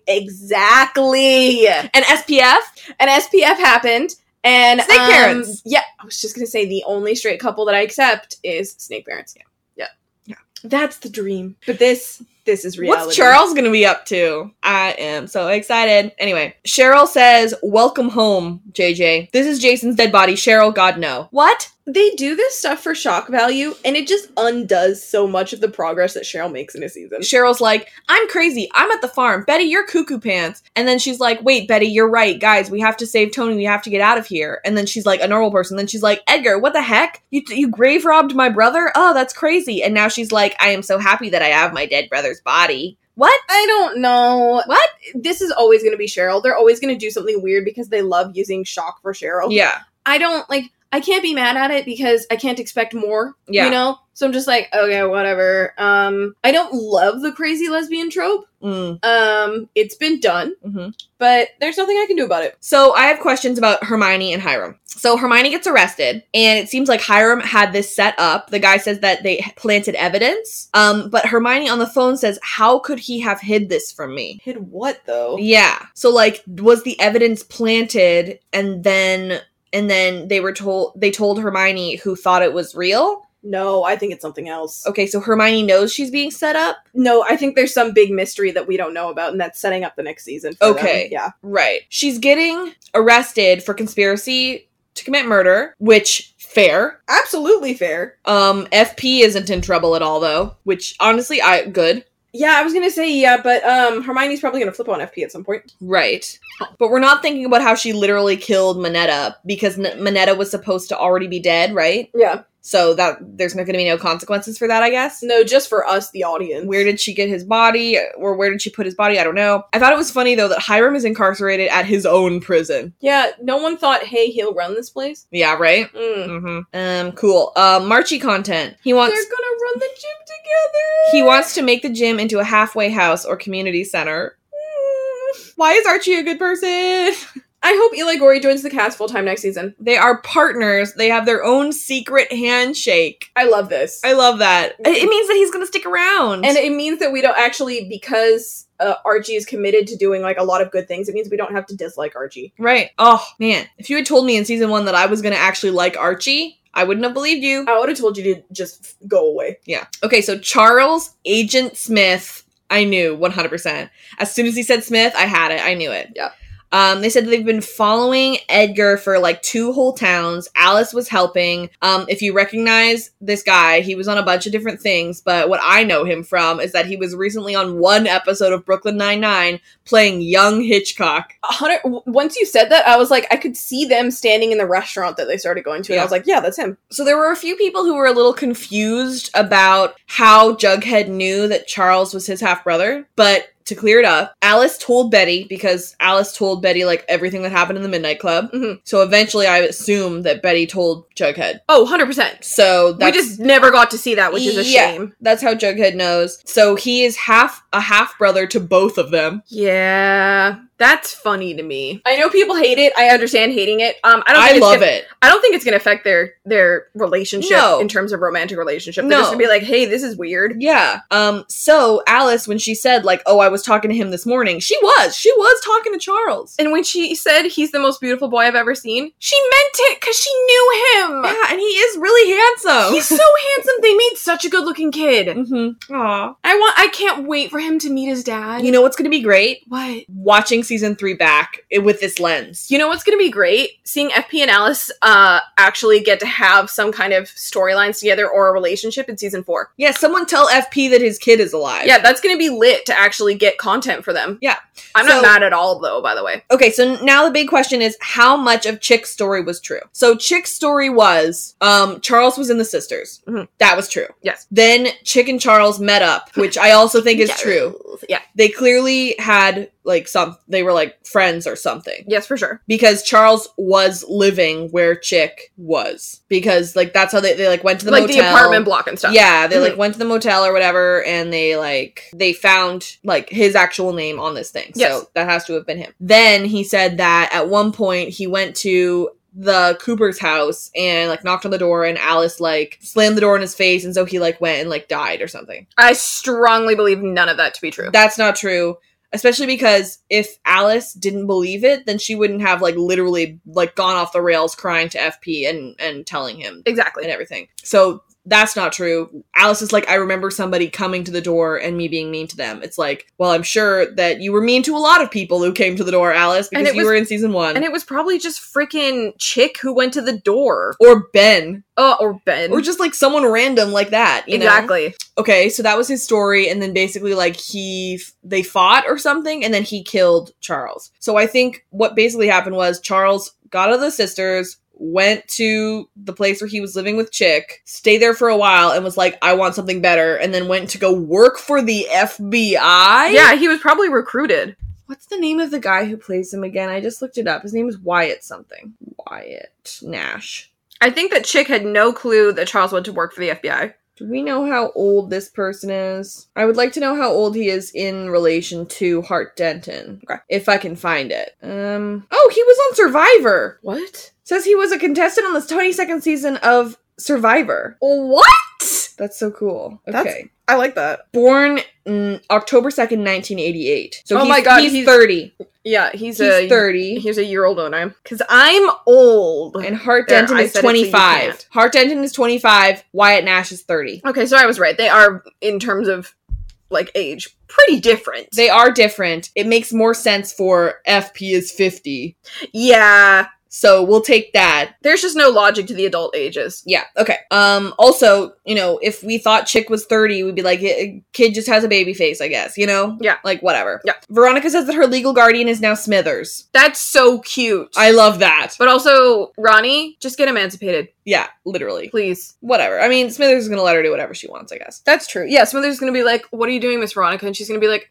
C: exactly. An
B: and SPF.
C: SPF happened, and
B: Snake
C: um,
B: parents.
C: Yeah, I was just gonna say the only straight couple that I accept is snake parents. Yeah, yeah,
B: Yeah.
C: That's the dream. But this, this is reality.
B: What's Charles gonna be up to? I am so excited. Anyway, Cheryl says, "Welcome home, JJ. This is Jason's dead body. Cheryl, God no. What?
C: They do this stuff for shock value, and it just undoes so much of the progress that Cheryl makes in a season.
B: Cheryl's like, I'm crazy. I'm at the farm. Betty, you're cuckoo pants. And then she's like, wait, Betty, you're right. Guys, we have to save Tony. We have to get out of here. And then she's like, a normal person. Then she's like, Edgar, what the heck? You, you grave robbed my brother? Oh, that's crazy. And now she's like, I am so happy that I have my dead brother's body. What?
C: I don't know.
B: What?
C: This is always going to be Cheryl. They're always going to do something weird because they love using shock for Cheryl.
B: Yeah.
C: I don't like. I can't be mad at it because I can't expect more.
B: Yeah.
C: You know. So I'm just like, okay, whatever. Um, I don't love the crazy lesbian trope.
B: Mm,
C: Um, it's been done,
B: mhm.
C: but there's nothing I can do about it.
B: So I have questions about Hermione and Hiram. So Hermione gets arrested, and it seems like Hiram had this set up. The guy says that they planted evidence, um, but Hermione on the phone says, "How could he have hid this from me?"
C: Hid what though?
B: Yeah. So like, was the evidence planted, and then and then they were told they told Hermione who thought it was real.
C: No, I think it's something else.
B: Okay, so Hermione knows she's being set up.
C: No, I think there's some big mystery that we don't know about, and that's setting up the next season. for them.
B: Okay.
C: Yeah.
B: Right. She's getting arrested for conspiracy to commit murder, which fair.
C: Absolutely fair.
B: Um, FP isn't in trouble at all though, which honestly, I good.
C: Yeah, I was gonna say yeah, but um, Hermione's probably gonna flip on FP at some point.
B: Right. But we're not thinking about how she literally killed Minetta because N- Minetta was supposed to already be dead, right?
C: Yeah.
B: So that there's not going to be no consequences for that, I guess.
C: No, just for us, the audience.
B: Where did she get his body or where did she put his body? I don't know. I thought it was funny though that Hiram is incarcerated at his own prison.
C: Yeah, no one thought, hey, he'll run this place.
B: Yeah, right?
C: Mm.
B: Mm-hmm. Um, cool. Uh, Marchie content. He
C: They're
B: wants
C: gonna run the gym together.
B: He wants to make the gym into a halfway house or community center. Mm. Why is Archie a good person?
D: I hope Eli Gory joins the cast full time next season.
B: They are partners. They have their own secret handshake.
D: I love this.
B: I love that. It it means that he's gonna stick around.
D: and it means that we don't actually, because uh, Archie is committed to doing like a lot of good things, it means we don't have to dislike Archie.
B: right. Oh man, if you had told me in season one that I was gonna actually like Archie, I wouldn't have believed you.
D: I would have told you to just f- go away.
B: Yeah. Okay, so Charles Agent Smith, I knew 100%. As soon as he said Smith, I had it. I knew it.
D: Yeah.
B: Um, they said they've been following Edgar for like two whole towns. Alice was helping. Um, if you recognize this guy, he was on a bunch of different things, but what I know him from is that he was recently on one episode of Brooklyn Nine-Nine playing young Hitchcock.
D: A hundred. w- Once you said that, I was like, I could see them standing in the restaurant that they started going to, and
B: Yeah.
D: I was like, yeah, that's him.
B: So there were a few people who were a little confused about how Jughead knew that Charles was his half brother, but to clear it up, Alice told Betty because Alice told Betty like everything that happened in the Midnight Club.
C: Mm-hmm.
D: Mhm.
B: So eventually, I assume that Betty told Jughead.
C: Oh, 100%.
B: So
C: We
B: that's
C: just never got to see that, which is a
B: Yeah.
C: shame.
B: that's how Jughead knows. So he is half a half brother to both of them.
C: Yeah, that's funny to me.
D: I know people hate it. I understand hating it.
C: Um, I don't.
B: I,
C: Think it's
B: love
C: gonna,
B: it.
C: I don't think it's gonna affect their their relationship
B: No.
C: in terms of romantic relationship. They're
B: No.
C: just gonna be like, hey, this is weird.
B: Yeah. Um. So Alice, when she said like, "Oh, I was talking to him this morning," she was. She was talking to Charles.
C: And when she said he's the most beautiful boy I've ever seen, she meant it because she knew him.
B: yeah, and he is really handsome.
C: He's so <laughs> handsome. They made such a good looking kid.
B: Mm-hmm. Aw.
C: I want. I can't wait for him to meet his dad.
B: You know what's going to be great?
C: what?
B: Watching season three back i- with this lens.
C: You know what's going to be great? Seeing FP and Alice uh, actually get to have some kind of storylines together or a relationship in season four.
B: Yeah, someone tell FP that his kid is alive.
C: Yeah, that's going to be lit to actually get content for them.
B: Yeah.
C: I'm
B: So-
C: not mad at all, though, by the way.
B: Okay, so n- now the big question is how much of Chick's story was true? So Chick's story was um Charles was in the sisters.
C: Mhm.
B: That was true.
C: Yes.
B: Then Chick and Charles met up, which I also think is
C: <laughs> Yeah.
B: true.
C: Yeah.
B: They clearly had like some they were like friends or something.
C: Yes, for sure.
B: Because Charles was living where Chick was. Because like that's how they, they like went to the
C: like the
B: motel.
C: apartment block and stuff.
B: Yeah, they like went to the motel or whatever, and they like they found like his actual name on this thing.
C: Yes.
B: So that has to have been him. Then he said that at one point he went to the Cooper's house and like knocked on the door, and Alice like slammed the door in his face, and so he like went and like died or something.
C: I strongly believe none of that to be true.
B: That's not true. Especially because if Alice didn't believe it, then she wouldn't have like literally like gone off the rails crying to FP and and telling him
C: exactly.
B: and everything. So that's not true. Alice is like, I remember somebody coming to the door and me being mean to them. It's like, well, I'm sure that you were mean to a lot of people who came to the door, Alice,
C: And
B: because
C: it
B: you
C: was-
B: were in season one.
C: And it was probably just freaking chick who went to the door.
B: or Ben,
C: Uh, or Ben.
B: or just like someone random like that. You Know?
C: exactly.
B: Okay, so that was his story, and then basically like he they fought or something, and then he killed Charles. So I think what basically happened was Charles got out of the sisters, went to the place where he was living with Chick, stayed there for a while, and was like, I want something better, and then went to go work for the FBI.
C: Yeah, he was probably recruited.
B: What's the name of the guy who plays him again? I just looked it up. His name is Wyatt something. Wyatt Nash.
C: I think that Chick had no clue that Charles went to work for the FBI.
B: Do we know how old this person is? I would like to know how old he is in relation to Hart Denton.
C: Okay.
B: If I can find it. Um Oh, he was on Survivor.
C: What?
B: Says he was a contestant on the 22nd season of Survivor.
C: What?
B: That's so cool. Okay.
C: That's- I like that.
B: Born mm, October 2nd, 1988. So
C: Oh
B: he's,
C: my God,
B: he's,
C: he's-
B: 30.
C: Yeah, he's,
B: He's
C: a
B: 30.
C: He's a year old than I am. Cause I'm old.
B: and Hart
C: There,
B: Denton
C: I
B: is
C: said it so you
B: 25.
C: can't.
B: Hart Denton is 25. Wyatt Nash is 30.
C: Okay, so I was right. They are in terms of like age pretty different.
B: They are different. It makes more sense for FP is 50.
C: yeah,
B: So we'll take that.
C: there's just no logic to the adult ages.
B: Yeah. Okay. Um also, you know, if we thought chick was 30, we'd be like "Eh, kid just has a baby face, I guess, you know?
C: Yeah.
B: Like whatever.
C: Yeah.
B: Veronica says that her legal guardian is now Smithers.
C: That's so cute.
B: I love that.
C: but also, Ronnie, just get emancipated,
B: Yeah, literally.
C: please.
B: Whatever. I mean, Smithers is going to let her do whatever she wants, I guess.
C: That's true. Yeah, Smithers is gonna be like, "What are you doing, Miss Veronica?" And she's gonna be like,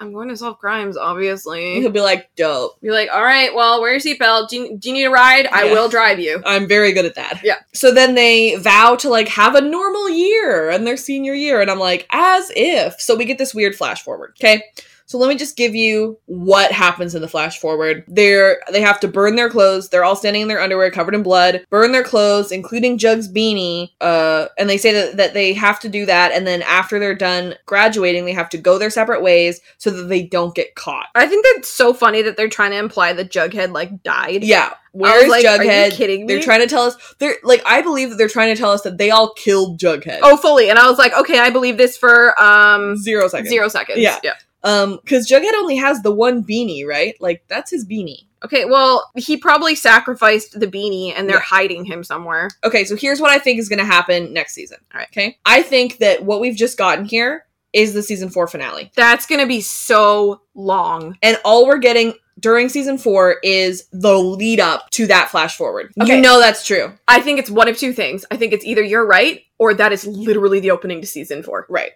C: "I'm going to solve crimes, obviously."
B: He'll be like, "Dope.
C: Be like, all right, well, wear your seatbelt. Do you, do you need a ride? I
B: Yeah.
C: will drive you.
B: I'm very good at that."
C: Yeah.
B: So then they vow to like have a normal year and their senior year and I'm like, "As if." So we get this weird flash forward, okay? So let me just give you what happens in the flash forward. They're they have to burn their clothes. They're all standing in their underwear covered in blood, burn their clothes, including Jug's beanie. Uh, and they say that, that they have to do that, and then after they're done graduating, they have to go their separate ways so that they don't get caught.
C: I think that's so funny that they're trying to imply that Jughead like died.
B: Yeah.
C: I was
B: Where's
C: like, Are you
B: Jughead?
C: kidding me?
B: They're trying to tell us they're like I believe that they're trying to tell us that they all killed Jughead.
C: Oh, fully. And I was like, okay, I believe this for um
B: Zero seconds.
C: zero seconds.
B: Yeah.
C: yeah.
B: Um, because Jughead only has the one beanie, right? Like that's his beanie.
C: Okay, well, he probably sacrificed the beanie and they're
B: Yeah.
C: hiding him somewhere.
B: Okay, so here's what I think is going to happen next season.
C: All right.
B: Okay, I think that what we've just gotten here is the season four finale,
C: That's gonna be so long.
B: and all we're getting during season four is the lead up to that flash forward.
C: Okay.
B: You know that's true,
C: I think it's one of two things. I think it's either you're right or that is literally the opening to season four.
B: right?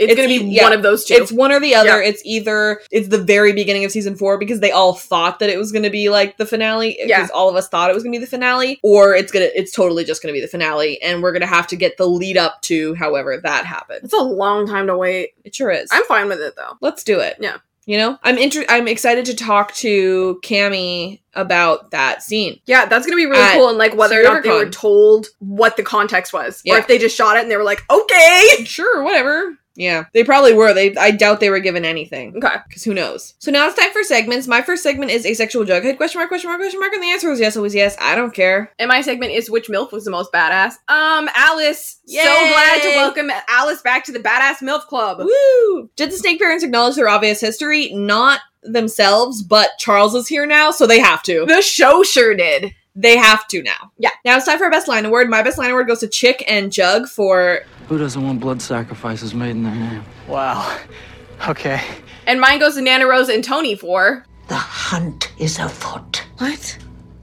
C: It's,
B: It's
C: gonna be
B: e- yeah.
C: one of those two.
B: It's one or the other. It's either it's the very beginning of season four because they all thought that it was going to be like the finale because
C: Yeah.
B: all of us thought it was going to be the finale, or it's gonna it's totally just going to be the finale, and we're going to have to get the lead up to however that happened.
C: it's a long time to wait.
B: It sure is.
C: I'm fine with it though.
B: Let's do it.
C: Yeah.
B: You know, I'm inter- I'm excited to talk to Cammy about that scene.
C: Yeah, that's gonna be really
B: At
C: cool and like whether or not they were
B: SeaWorldCon.
C: told what the context was. Or
B: Yeah.
C: if they just shot it and they were like, okay.
B: Sure, whatever. Yeah, they probably were. They I doubt they were given anything
C: Okay.
B: because who knows. So now it's time for segments. My first segment is asexual jughead question mark question mark question mark and the answer is yes always yes. I don't care.
C: And my segment is which MILF was the most badass. Um, Alice.
B: Yay!
C: So glad to welcome Alice back to the Badass MILF Club.
B: Woo! Did the snake parents acknowledge their obvious history? Not themselves, but Charles is here now, so they have
C: <laughs>
B: to.
C: The show sure did.
B: They have to now.
C: Yeah.
B: Now it's time for our best line award. My best line award goes to Chick and Jug for
F: Who doesn't want blood sacrifices made in their name?
G: Wow. Okay.
C: And mine goes to Nana Rose and Tony for.
H: The hunt is afoot.
C: <laughs>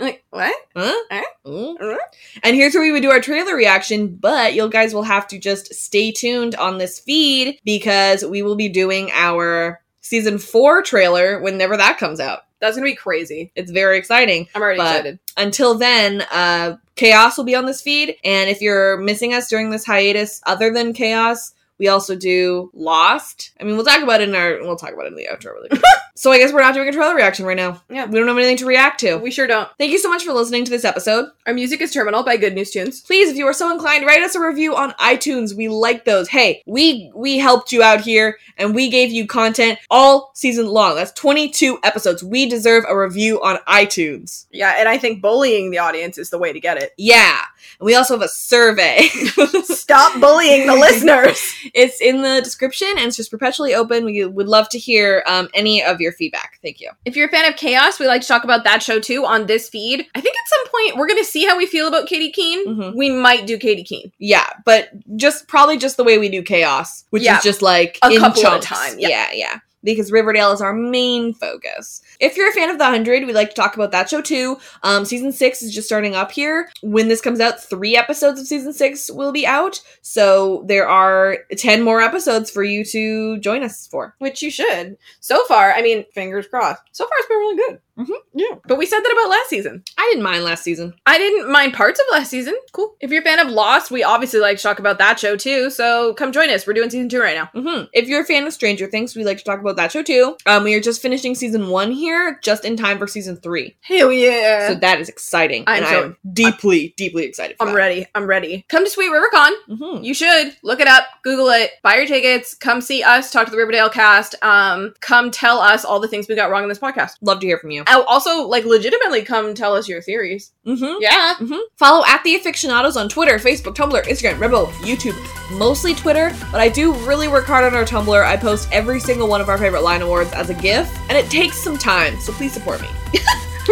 C: Like, what?
B: Huh?
C: Eh?
B: Mm.
C: Eh?
B: And here's where we would do our trailer reaction, but you guys will have to just stay tuned on this feed because we will be doing our season four trailer whenever that comes out.
C: That's gonna be crazy.
B: It's very exciting.
C: I'm already
B: But-
C: excited.
B: Until then, uh, Chaos will be on this feed. And if you're missing us during this hiatus, other than Chaos, we also do Lost. I mean, we'll talk about it in our we'll talk about it in the outro really <laughs> quick. so I guess we're not doing a trailer reaction right now.
C: Yeah.
B: We don't have anything to react to.
C: We sure don't.
B: Thank you so much for listening to this episode.
C: Our music is Terminal by Good News Tunes.
B: please if you are so inclined write us a review on itunes we like those hey we we helped you out here and we gave you content all season long that's 22 episodes we deserve a review on itunes
C: Yeah, and I think bullying the audience is the way to get it.
B: yeah and we also have a survey <laughs>
C: Stop bullying the listeners.
B: it's in the description and it's just perpetually open we would love to hear um, any of your feedback thank you
C: If you're a fan of Chaos, we like to talk about that show too on this feed. I think at some point we're gonna see how we feel about Katie Keene.
B: Mhm.
C: We might do Katie Keene.
B: yeah but just probably just the way we do chaos which
C: Yeah.
B: is just like
C: A
B: in
C: couple at a
B: chunks.
C: time, yeah.
B: yeah yeah, Because Riverdale is our main focus. If you're a fan of The 100, we'd like to talk about that show too. Um, season 6 is just starting up here. When this comes out, three episodes of Season 6 will be out. So there are 10 more episodes for you to join us for.
C: Which you should. So far, I mean, fingers crossed. So far, it's been really good.
B: Mhm.
C: Yeah. But we said that about last season.
B: I didn't mind last season.
C: I didn't mind parts of last season. Cool. If you're a fan of Lost, we obviously like to talk about that show too. So come join us. We're doing season two right now.
B: hmm If you're a fan of Stranger Things, we'd like to talk about that show too. Um, we are just finishing Season 1 here, just in time for Season 3.
C: Hell yeah.
B: So that is exciting.
C: I'm
B: and
C: so-
B: I'm deeply, deeply excited for
C: I'm ready. I'm ready. Come to Sweet RiverCon.
B: hmm
C: You should look it up, Google it, buy your tickets, come see us, talk to the Riverdale cast, um, come tell us all the things we got wrong in this podcast.
B: Love to hear from you.
C: Oh, Also, like, legitimately come tell us your theories.
B: hmm
C: <laughs> Yeah.
B: hmm Follow at the aficionados on Twitter, Facebook, Tumblr, Instagram, Rebel, YouTube, mostly Twitter, but I do really work hard on our Tumblr. I post every single one of our favorite line awards as a GIF, and it takes some time, so please support me.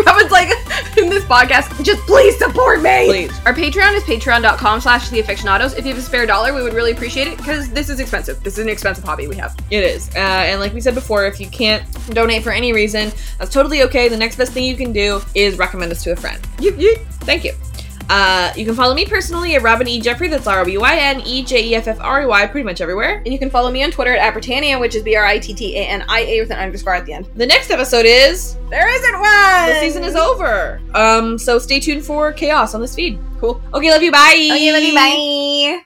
C: Robin's like, <laughs> in this podcast, just please support me.
B: Please.
C: Our Patreon is patreon.com slash theaficionados. If you have a spare dollar, we would really appreciate it because this is expensive. This is an expensive hobby we have.
B: It is. Uh, and like we said before, if you can't donate for any reason, that's totally okay. The next best thing you can do is recommend us to a friend.
C: Yeet, yeet.
B: Thank you. Uh, you can follow me personally at Robin E. Jeffrey, that's R O B Y N E J E F F R E Y, pretty much everywhere.
C: And you can follow me on Twitter at Britannia, which is B-R-I-T-T-A-N-I-A with an underscore at the end.
B: The next episode is
C: There isn't one!
B: the season is over. Um, so stay tuned for chaos on this feed.
C: Cool.
B: Okay, love you. Bye.
C: Okay, love you, bye.